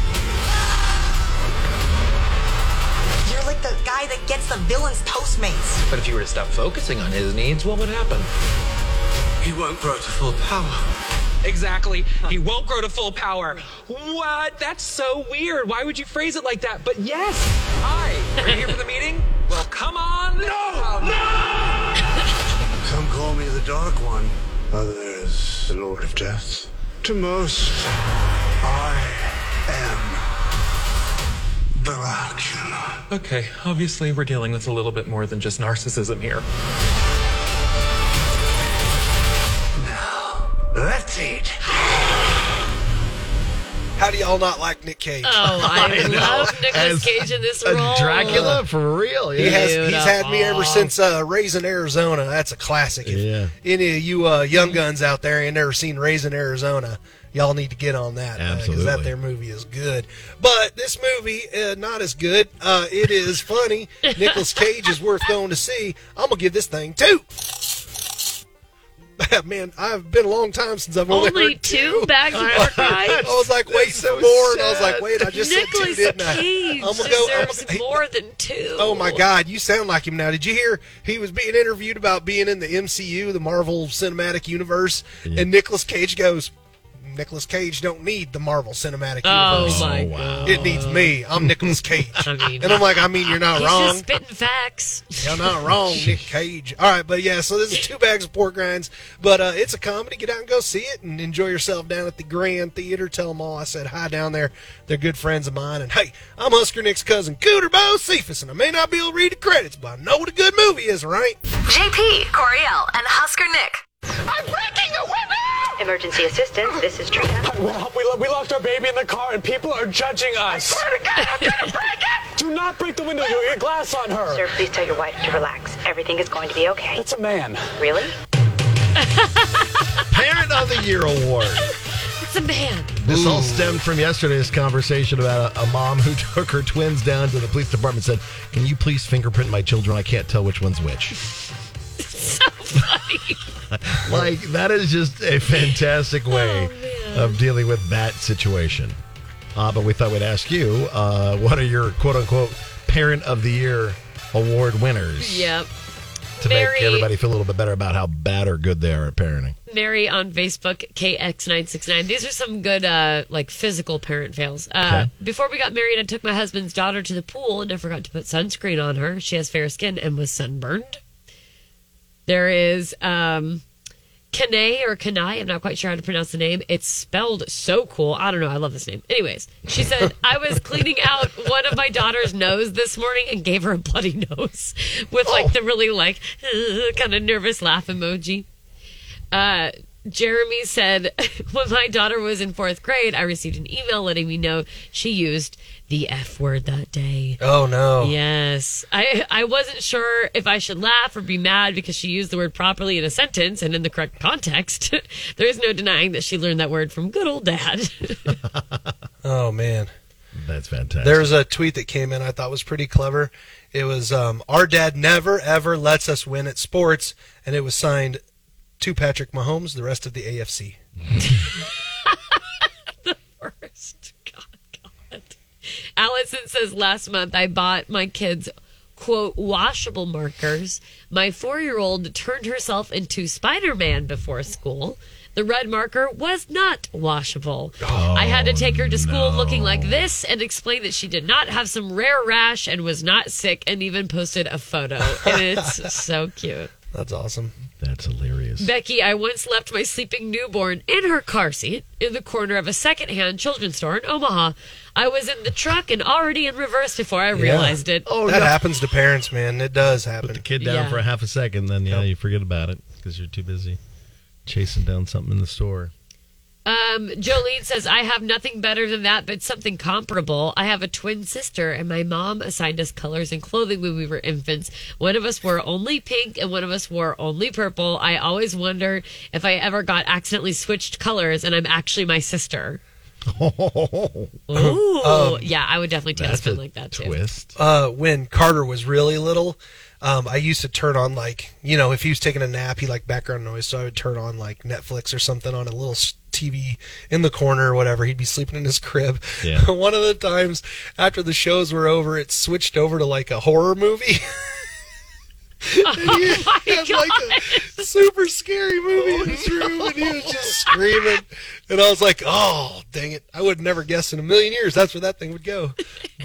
You're like the guy that gets the villain's Postmates.
But if you were to stop focusing on his needs, what would happen? He won't grow to full power.
Exactly. He won't grow to full power. What? That's so weird. Why would you phrase it like that? But yes. Hi. Are you here for the meeting? Well, come on. No.
Some call me the Dark One, others the Lord of Death. To most, I am Dracula.
Okay. Obviously, we're dealing with a little bit more than just narcissism here.
Let's eat.
How do y'all not like Nick Cage?
Oh, I,
know.
love Nicolas Cage in this role.
Uh, for real.
He has,
Beautiful.
he's had me ever since uh, Raising Arizona. That's a classic. If
Yeah.
any of you uh, young guns out there ain't never seen Raising Arizona, y'all need to get on that. uh, 'cause
Absolutely.
that their movie is good. But this movie, uh, not as good. Uh, it is funny. Nicholas Cage is worth going to see. I'm going to give this thing two. Man, I've been a long time since I've only,
Only
heard
two bags of
I
Fortnite?
was like, wait, some more, and I was like, wait, I just
Nicolas
said two, didn't I?
Cage
I'm gonna go. I'm
deserves more than two.
Oh my God, you sound like him now. Did you hear he was being interviewed about being in the MCU, the Marvel Cinematic Universe, and Nicolas Cage goes, Nicolas Cage don't need the Marvel Cinematic
Oh
Universe.
my
It needs me. I'm Nicolas Cage. and I'm like, I mean, you're not
He's
wrong.
just spitting facts.
You're not wrong, Nick Cage. All right, but yeah, so this is two bags of pork rinds, but uh, it's a comedy. Get out and go see it and enjoy yourself down at the Grand Theater. Tell them all I said hi down there. They're good friends of mine. And hey, I'm Husker Nick's cousin, Cooter Bo Cephas, and I may not be able to read the credits, but I know what a good movie is, right?
JP, Coriel, and Husker Nick.
I'm breaking the window!
Emergency assistance, this is Trina.
We, lo- we lost our baby in the car and people are judging us. I swear to God, I'm gonna break it! Do not break the window, you'll get glass on her.
Sir, please tell your wife to relax. Everything is going to be okay.
It's a man.
Really?
Parent of the Year award.
That's a man.
This all
Ooh.
stemmed from yesterday's conversation about a, a mom who took her twins down to the police department and said, Can you please fingerprint my children? I can't tell which one's which. like, that is just a fantastic
Oh,
way of dealing with that situation. Uh, but we thought we'd ask you uh, what are your quote unquote parent of the year award winners
Yep.
to
Mary-
make everybody feel a little bit better about how bad or good they are at parenting?
Mary on Facebook, KX969. These are some good, uh, like, physical parent fails. Uh,
Okay.
Before we got married, I took my husband's daughter to the pool and I forgot to put sunscreen on her. She has fair skin and was sunburned. There is um, Kanay or Kanai. I'm not quite sure how to pronounce the name. It's spelled so cool. I don't know. I love this name. Anyways, she said, I was cleaning out one of my daughter's nose this morning and gave her a bloody nose with like the really like kind of nervous laugh emoji. Uh, Jeremy said, when my daughter was in fourth grade, I received an email letting me know she used the F word that day.
Oh, no.
Yes. I, I wasn't sure if I should laugh or be mad because she used the word properly in a sentence and in the correct context. There's no denying that she learned that word from good old dad.
Oh man,
that's fantastic.
There's a tweet that came in I thought was pretty clever. It was um, our dad never ever lets us win at sports, and it was signed to Patrick Mahomes, the rest of the AFC.
worst. God, God. Allison says last month I bought my kids quote washable markers. My four year old turned herself into Spider Man before school. The red marker was not washable. I had to take her to school looking like this and explain that she did not have some rare rash and was not sick, and even posted a photo. And it's so cute.
That's awesome.
That's hilarious.
Becky, I once left my sleeping newborn in her car seat in the corner of a secondhand children's store in Omaha. I was in the truck and already in reverse before I realized it.
Oh, that happens to parents, man. It does happen. Put the
kid down for a half a second, then yeah, you forget about it because you're too busy chasing down something in the store.
Um, Jolene says, I have nothing better than that, but something comparable. I have a twin sister, and my mom assigned us colors and clothing when we were infants. One of us wore only pink, and one of us wore only purple. I always wonder if I ever got accidentally switched colors, and I'm actually my sister.
Oh,
Ooh, yeah, I would definitely take a
Um, that's
spin
a
like that too.
twist.
Uh, when Carter was really little, um, I used to turn on like you know if he was taking a nap, he liked background noise, so I would turn on like Netflix or something on a little s- TV in the corner or whatever. He'd be sleeping in his crib.
Yeah.
One of the times after the shows were over, it switched over to like a horror movie.
my
had like a super scary movie in his room, and he was just screaming. And I was like, "Oh, dang it! I would never guess in a million years that's where that thing would go."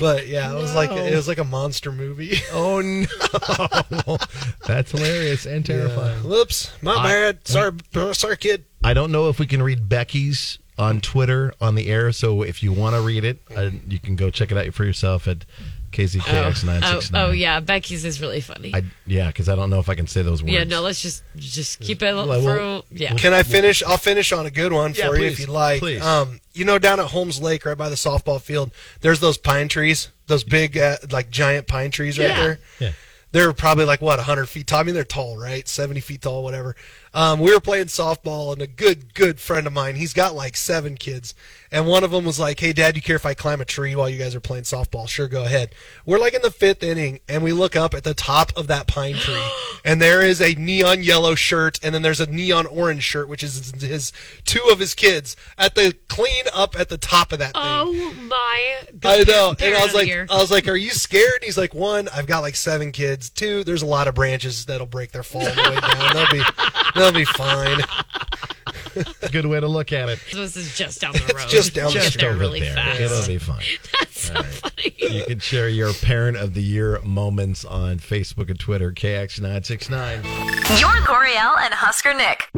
But yeah, it was like
No.
it was like a monster movie.
Oh no, that's hilarious and terrifying.
Whoops, my
I-
bad. Sorry, sorry, kid.
I don't know if we can read Becky's on Twitter on the air, so if you want to read it, uh, you can go check it out for yourself at
Oh,
KZKX969.
oh, yeah, Becky's is really funny.
I, yeah, because I don't know if I can say those words.
Oh, yeah, no, let's just just keep it
Well, I
through.
won't-
Yeah.
Can I finish? I'll finish on a good one
Yeah,
for you if
please,
you'd like.
please.
Um, you know, down at Holmes Lake, right by the softball field, there's those pine trees, those big, uh, like giant pine trees right
Yeah.
there.
Yeah.
They're probably like what 100 feet tall. I mean, they're tall, right? 70 feet tall, whatever. Um, we were playing softball, and a good, good friend of mine, he's got like seven kids, and one of them was like, "Hey, Dad, you care if I climb a tree while you guys are playing softball? Sure, go ahead." We're like in the fifth inning, and we look up at the top of that pine tree, and there is a neon yellow shirt, and then there's a neon orange shirt, which is his, his two of his kids at the clean up at the top of that thing.
Oh my
I
good
know. And
parent
I
of
was
the
like, "Oh,
year.
I was like, are you scared? And he's like, one, I've got like seven kids. Two, there's a lot of branches that'll break their fall on the way down. They'll be, they'll be fine.
Good way to look at it.
this is just down the road.
It's just down the
Get
street.
there
over
really
there.
fast.
It'll be fine. You can share your parent of the year moments on Facebook and Twitter, KX969.
Your Coriel and Husker Nick.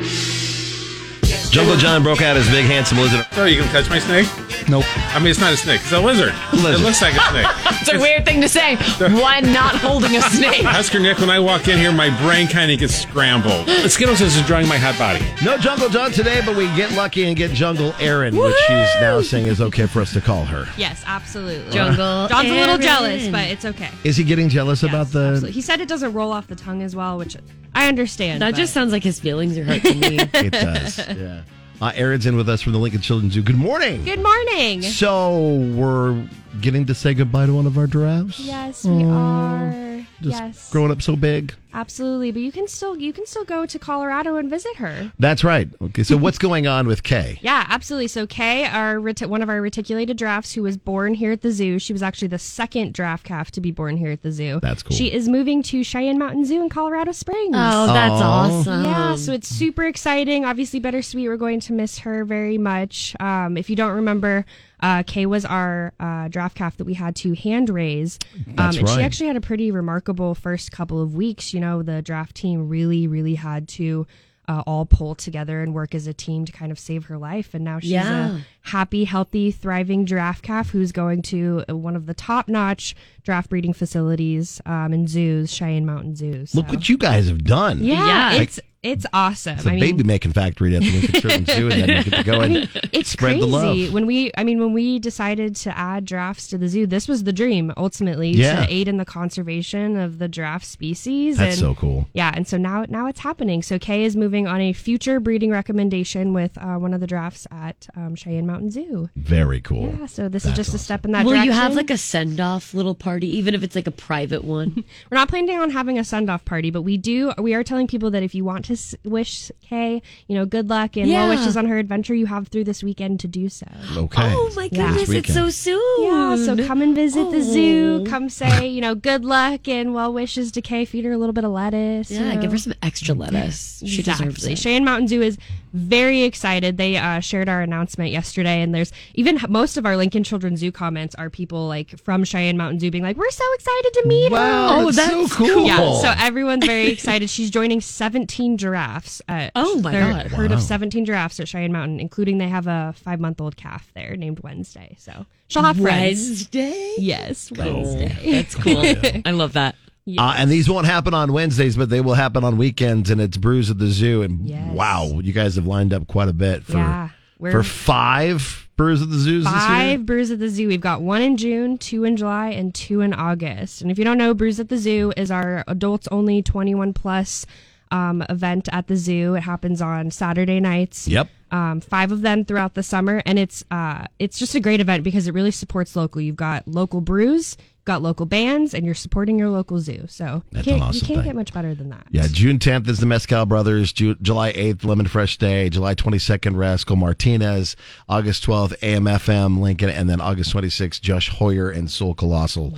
Jungle John broke out his big handsome lizard.
Are you gonna catch my snake? Nope. I mean, it's not a snake. It's a lizard. It looks like a snake.
It's a weird thing to say. One not holding a snake.
Husker Nick, when I walk in here, my brain kind of gets scrambled. Skittles is enjoying my hot body.
No Jungle John today, but we get lucky and get Jungle Aaron, which she's now saying is okay for us to call her.
Yes, absolutely.
Jungle
John's a little
Aaron.
jealous, but it's okay.
Is he getting jealous about the?
Absolutely. He said it doesn't roll off the tongue as well, which I understand.
That just sounds like his feelings are hurt to me.
It does. Yeah.
Uh, Aaron's in with us from the Lincoln Children's Zoo. Good morning.
Good morning.
So we're getting to say goodbye to one of our giraffes.
Yes, we are.
Just
yes.
growing up so big.
Absolutely, but you can still you can still go to Colorado and visit her.
That's right. Okay, so what's going on with Kay?
Yeah, absolutely. So Kay, our reti- one of our reticulated giraffes who was born here at the zoo. She was actually the second giraffe calf to be born here at the zoo.
That's cool.
She is moving to Cheyenne Mountain Zoo in Colorado Springs.
Oh, that's Aw. awesome.
Yeah, so it's super exciting. Obviously, bittersweet. We're going to miss her very much. Um, if you don't remember, uh, Kay was our uh, giraffe calf that we had to hand raise, um,
That's
and
right.
she actually had a pretty remarkable first couple of weeks. You know, the draft team really, really had to uh, all pull together and work as a team to kind of save her life. And now she's
Yeah.
a happy, healthy, thriving giraffe calf who's going to one of the top notch giraffe breeding facilities um, and zoos, Cheyenne Mountain Zoos.
Look what you guys have done.
uh, Yeah,
Like,
it's it's awesome.
it's a
I mean,
baby making factory at the Lincoln Children's Zoo, and then you get to go
I
and
mean, it's
spread
crazy
the love.
when we. I mean, when we decided to add giraffes to the zoo, this was the dream ultimately
Yeah.
to aid in the conservation of the giraffe species.
That's
and,
so cool.
Yeah, and so now now it's happening. So Kay is moving on a future breeding recommendation with uh, one of the giraffes at um, Cheyenne Mountain Zoo.
Very cool.
Yeah, so this is just a step in that
Will
direction.
you have like a send off little party, even if it's like a private one?
We're not planning on having a send off party, but we do. We are telling people that if you want to s- wish Kay, you know, good luck and well
Yeah.
wishes on her adventure, you have through this weekend to do so.
Okay.
Oh
my goodness, it's so soon.
Yeah, so come and visit the
Oh.
zoo. Come say, you know, good luck and well wishes to Kay. Feed her a little bit of lettuce.
Yeah,
you know.
give her some extra lettuce. She deserves
Exactly.
it.
Cheyenne Mountain Zoo is very excited. They uh, shared our announcement yesterday, and there's even h- most of our Lincoln Children's Zoo comments are people like from Cheyenne Mountain Zoo being like, "We're so excited to meet
Wow,
her."
Oh, that's so that's cool. cool.
Yeah, so everyone's very excited. She's joining 17 giraffes. At, oh
my God.
Herd
Wow.
of 17 giraffes at Cheyenne Mountain, including they have a five month old calf there named Wednesday. So she'll have friends.
Wednesday?
Yes, Wednesday.
That's cool. I love that.
Oh. Uh, and these won't happen on Wednesdays, but they will happen on weekends. And it's Brews at the Zoo. And
Yes.
wow, you guys have lined up quite a bit for
Yeah, we're-
for five Brews at the Zoos this
five
year.
brews at the zoo we've got one in june two in july and two in august and if you don't know brews at the zoo is our adults only 21 plus um, event at the zoo it happens on saturday nights
Yep.
um, five of them throughout the summer and it's uh, it's just a great event because it really supports local you've got local brews you've got local bands and you're supporting your local zoo so
That's
you
an
can't,
awesome
you can't
thing.
get much better than that
Yeah, June 10th is the Mezcal Brothers. Ju- July 8th, Lemon Fresh Day. July 22nd, Rascal Martinez. August 12th, AMFM Lincoln. And then August 26th, Josh Hoyer and Soul Colossal.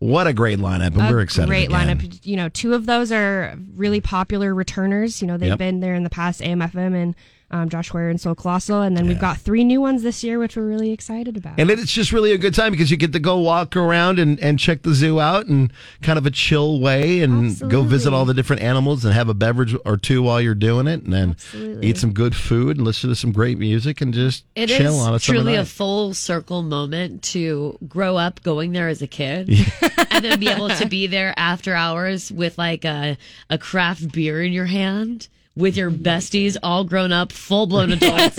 What a great lineup. And
a
we're excited.
Great
again.
lineup. You know, two of those are really popular returners. You know, they've
Yep.
been there in the past, AMFM and um, Josh Hoyer and Soul Colossal. And then we've got three new ones this year, which we're really excited about.
And it's just really a good time because you get to go walk around and, and check the zoo out in kind of a chill way and go visit all the different animals and have a beverage or two while you're doing it and then eat some good food and listen to some great music and just
It is
chill on a summer
truly a
night.
full circle moment to grow up going there as a kid and then be able to be there after hours with like a, a craft beer in your hand with your besties all grown up full blown adults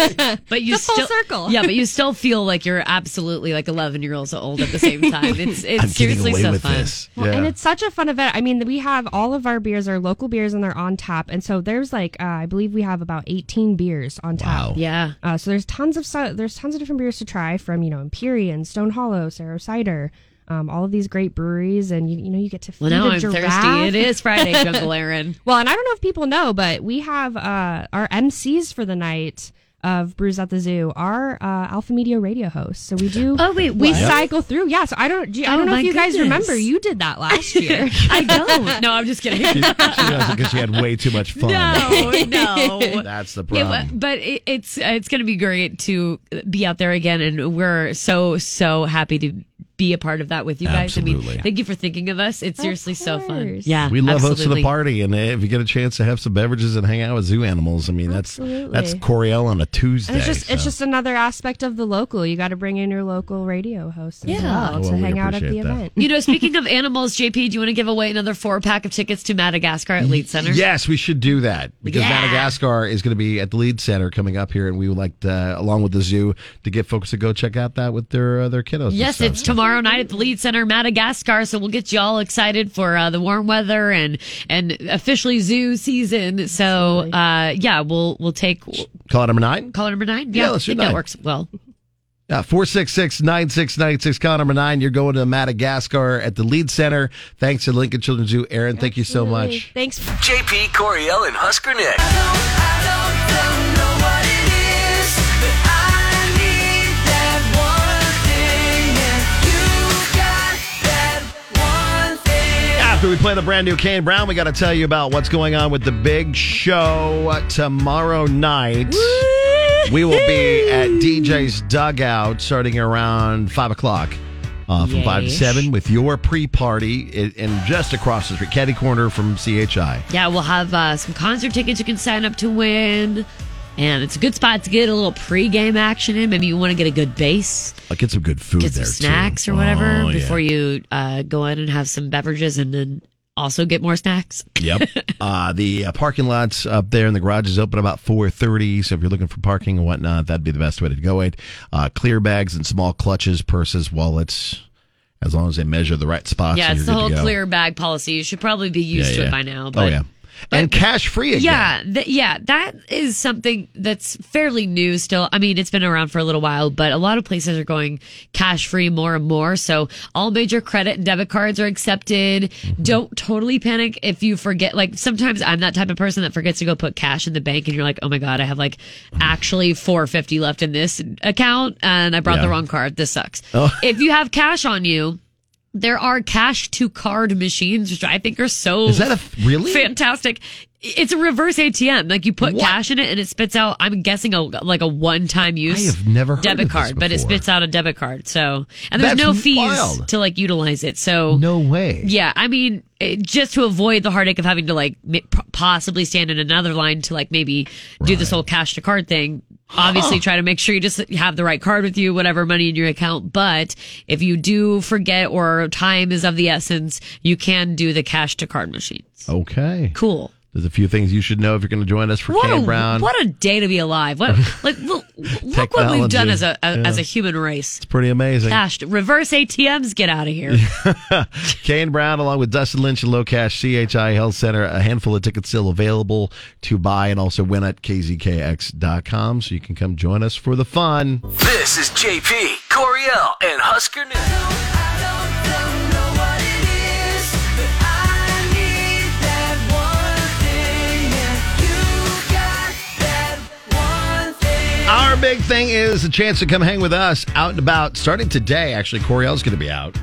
but you
It's a full
still
circle.
yeah but you still feel like you're absolutely like 11 year olds old at the same time it's it's
I'm
seriously
getting away
so
with
fun
this.
Well,
yeah.
And it's such a fun event. I mean, we have all of our beers are local beers and they're on tap. And so there's like uh, I believe we have about 18 beers on tap.
Wow. Yeah.
Uh, so there's tons of si- there's tons of different beers to try from you know Empyrean, Stone Hollow, Cerro Cider, um, all of these great breweries, and you you know you get to feed
Well, now
a
I'm thirsty.
giraffe.
It is Friday, Jungle Aaron.
well, and I don't know if people know, but we have uh, our MCs for the night. Of Brews at the Zoo are uh, Alpha Media radio hosts, so we do.
Oh wait,
we
what?
cycle through. Yeah, so I don't. do you- I
Oh,
don't know
my
if you guys
goodness.
remember. You did that last year.
i don't no i'm just
she, she
kidding
does it because she had way too much fun.
No, no.
That's the
Yeah,
problem.
but- but it, it's uh, it's going to be great to be out there again, and we're so so happy to be a part of that with you guys. I
Absolutely.
mean, thank you for thinking of us. It's seriously so fun. Yeah,
we love hosting
absolutely.
a party, and if you get a chance to have some beverages and hang out with zoo animals, I mean that's that's
Absolutely.
Coriel on a Tuesday.
And it's just it's
so.
just another aspect of the local. You got to bring in your local radio host as
Yeah.
well,
Well,
to
we
hang out at the
appreciate that.
event.
You know, speaking of animals, JP, do you want to give away another four pack of tickets to Madagascar at Lead Center?
Yes, we should do that because
Yeah.
Madagascar is going to be at the Lead Center coming up here, and we would like, to, along with the zoo, to get folks to go check out that with their uh, their kiddos. and
Yes,
stuff.
it's tomorrow. tomorrow night at the Lead Center, Madagascar. So we'll get you all excited for uh, the warm weather and and officially zoo season. So uh, yeah, we'll we'll take
Call it number nine. Uh,
caller number nine.
Yeah,
Yeah,
let's
I
do
think
nine.
that works well.
Yeah, 466 9696, call number nine. You're going to Madagascar at the Lead Center. Thanks to Lincoln Children's Zoo. Aaron, thank you so much.
Thanks.
JP Coriel and Husker Nick.
After we play the brand new Kane Brown, we got to tell you about what's going on with the big show tomorrow night. We will be at DJ's Dugout starting around 5 o'clock. Uh, from 5 to
Yes.
7 with your pre party and just across the street, Caddy Corner from CHI.
Yeah, we'll have uh, some concert tickets you can sign up to win. And it's a good spot to get a little pregame action in. Maybe you want to get a good base,
I'll Uh, get some good food
get some
there.
snacks
too.
or whatever
Oh, yeah.
before you uh, go in and have some beverages and then also get more snacks.
Yep. uh, the uh, parking lots up there and the garage is open about 4.30, so if you're looking for parking and whatnot, that'd be the best way to go it. Uh, clear bags and small clutches, purses, wallets, as long as they measure the right spots.
yeah,
and
it's the
you're
whole
good to go.
clear bag policy. You should probably be
Yeah,
used to
yeah.
it by now.
oh,
But
yeah. and cash free again.
Yeah, th- yeah, that is something that's fairly new still. I mean, it's been around for a little while, but a lot of places are going cash free more and more. So all major credit and debit cards are accepted.
Mm-hmm.
Don't totally panic if you forget. Like sometimes I'm that type of person that forgets to go put cash in the bank, and you're like, oh my god, I have like actually 450 left in this account, and I brought
Yeah.
the wrong card. This sucks.
Oh.
If you have cash on you. There are cash to card machines, which I think are so
Is that a f- really?
fantastic. It's a reverse ATM. Like you put cash in it and it spits out. I'm guessing a like a one time use.
I have never heard of
debit
this
card, but it
before.
spits out a debit card. So and there's
That's
no fees
wild.
to like utilize it. So
No way.
yeah, I mean, it, just to avoid the heartache of having to like m- possibly stand in another line to like maybe do this whole cash to card thing. Obviously,
Huh.
try to make sure you just have the right card with you, whatever money in your account. But if you do forget or time is of the essence, you can do the cash to card machine.
Okay.
Cool.
There's a few things you should know if you're going to join us for
What
Kane
a,
Brown.
what a day to be alive! What like look, look what
Technology.
we've done as a, a
Yeah.
as a human race.
it's pretty amazing.
Gosh, reverse ATMs, get out of here.
Kane Brown, along with Dustin Lynch and Low Cash CHI Health Center, a handful of tickets still available to buy and also win at kzkx.com. So you can come join us for the fun.
This is JP Coriel and Husker Nick.
Our big thing is a chance to come hang with us out and about starting today. Actually, Coriel's going to be out.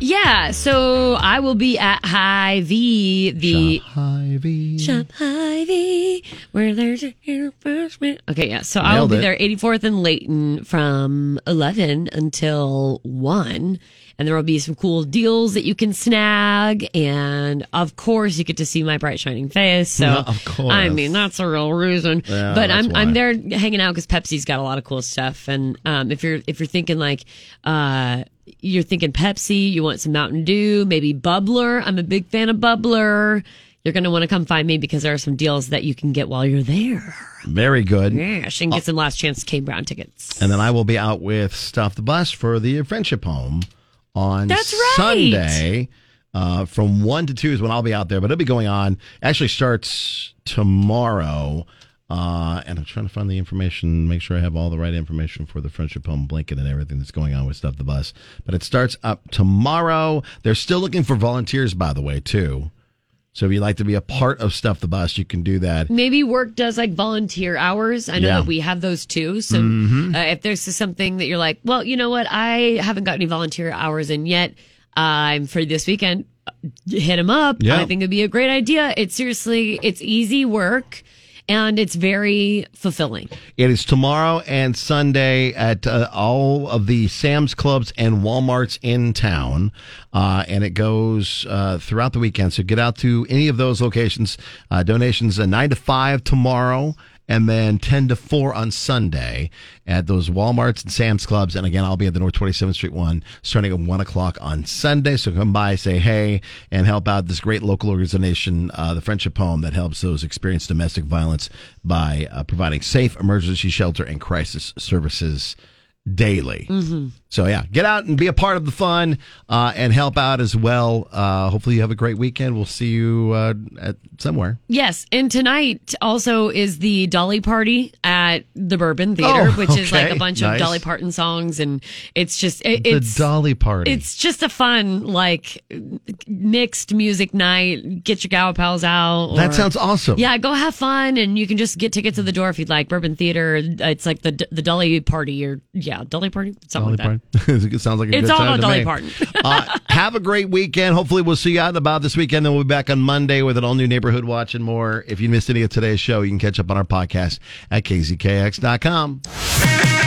Yeah, so I will be at High V, the
Hy-Vee.
Shop Hy-Vee, where there's a enforcement. Okay, yeah, so I will
Nailed
be
it.
there 84th and Layton from 11 until 1. And there will be some cool deals that you can snag. And of course, you get to see my bright, shining face. So,
Yeah, of course.
I mean, that's a real reason.
Yeah,
but
that's
I'm, I'm
why.
there hanging out because Pepsi's got a lot of cool stuff. And um, if you're if you're thinking like uh, you're thinking Pepsi, you want some Mountain Dew, maybe Bubbler. I'm a big fan of Bubbler. You're gonna want to come find me because there are some deals that you can get while you're there.
Very good.
Yeah, she can
Oh.
get some last chance Kane Brown tickets.
And then I will be out with Stop the Bus for the Friendship Home on
That's right.
Sunday. Uh, from 1 to 2 is when I'll be out there, but it'll be going on. Actually starts tomorrow. Uh, and I'm trying to find the information, make sure I have all the right information for the Friendship Home blanket and everything that's going on with Stop the Bus. But it starts up tomorrow. They're still looking for volunteers, by the way, too. So if you'd like to be a part of Stuff the Bus, you can do that.
Maybe work does like volunteer hours. I know
Yeah.
that we have those too. So
Mhm.
uh, if there's something that you're like, well, you know what, I haven't got any volunteer hours in yet. I'm free this weekend. Hit him up.
Yeah.
I think it'd be a great idea. It's seriously, it's easy work, and it's very fulfilling.
It is tomorrow and Sunday at uh, all of the Sam's Clubs and Walmarts in town. Uh, and it goes uh, throughout the weekend. So get out to any of those locations. Uh, donations uh, 9 to 5 tomorrow and then 10 to 4 on Sunday at those Walmarts and Sam's Clubs. And again, I'll be at the North 27th Street one starting at 1 o'clock on Sunday. So come by, say hey, and help out this great local organization, uh, the Friendship Home, that helps those experience domestic violence by uh, providing safe emergency shelter and crisis services daily.
Mm-hmm.
So, yeah, get out and be a part of the fun uh, and help out as well. Uh, hopefully, you have a great weekend. We'll see you uh, at somewhere.
Yes, and tonight also is the Dolly party at the Bourbon Theater,
Oh,
which is like
okay,
a bunch
nice.
of Dolly Parton songs, and it's just it, it's
the Dolly Party.
It's just a fun like mixed music night. Get your gal pals out.
That sounds awesome.
Yeah, go have fun, and you can just get tickets at the door if you'd like. Bourbon Theater. It's like the the Dolly party or yeah, Dolly party something like that.
Parton. it sounds like a
It's
good time
all about
to
Dolly
me.
Parton.
uh, have a great weekend. Hopefully, we'll see you out and about this weekend. Then we'll be back on Monday with an all new neighborhood watch and more. If you missed any of today's show, you can catch up on our podcast at kzkx.com.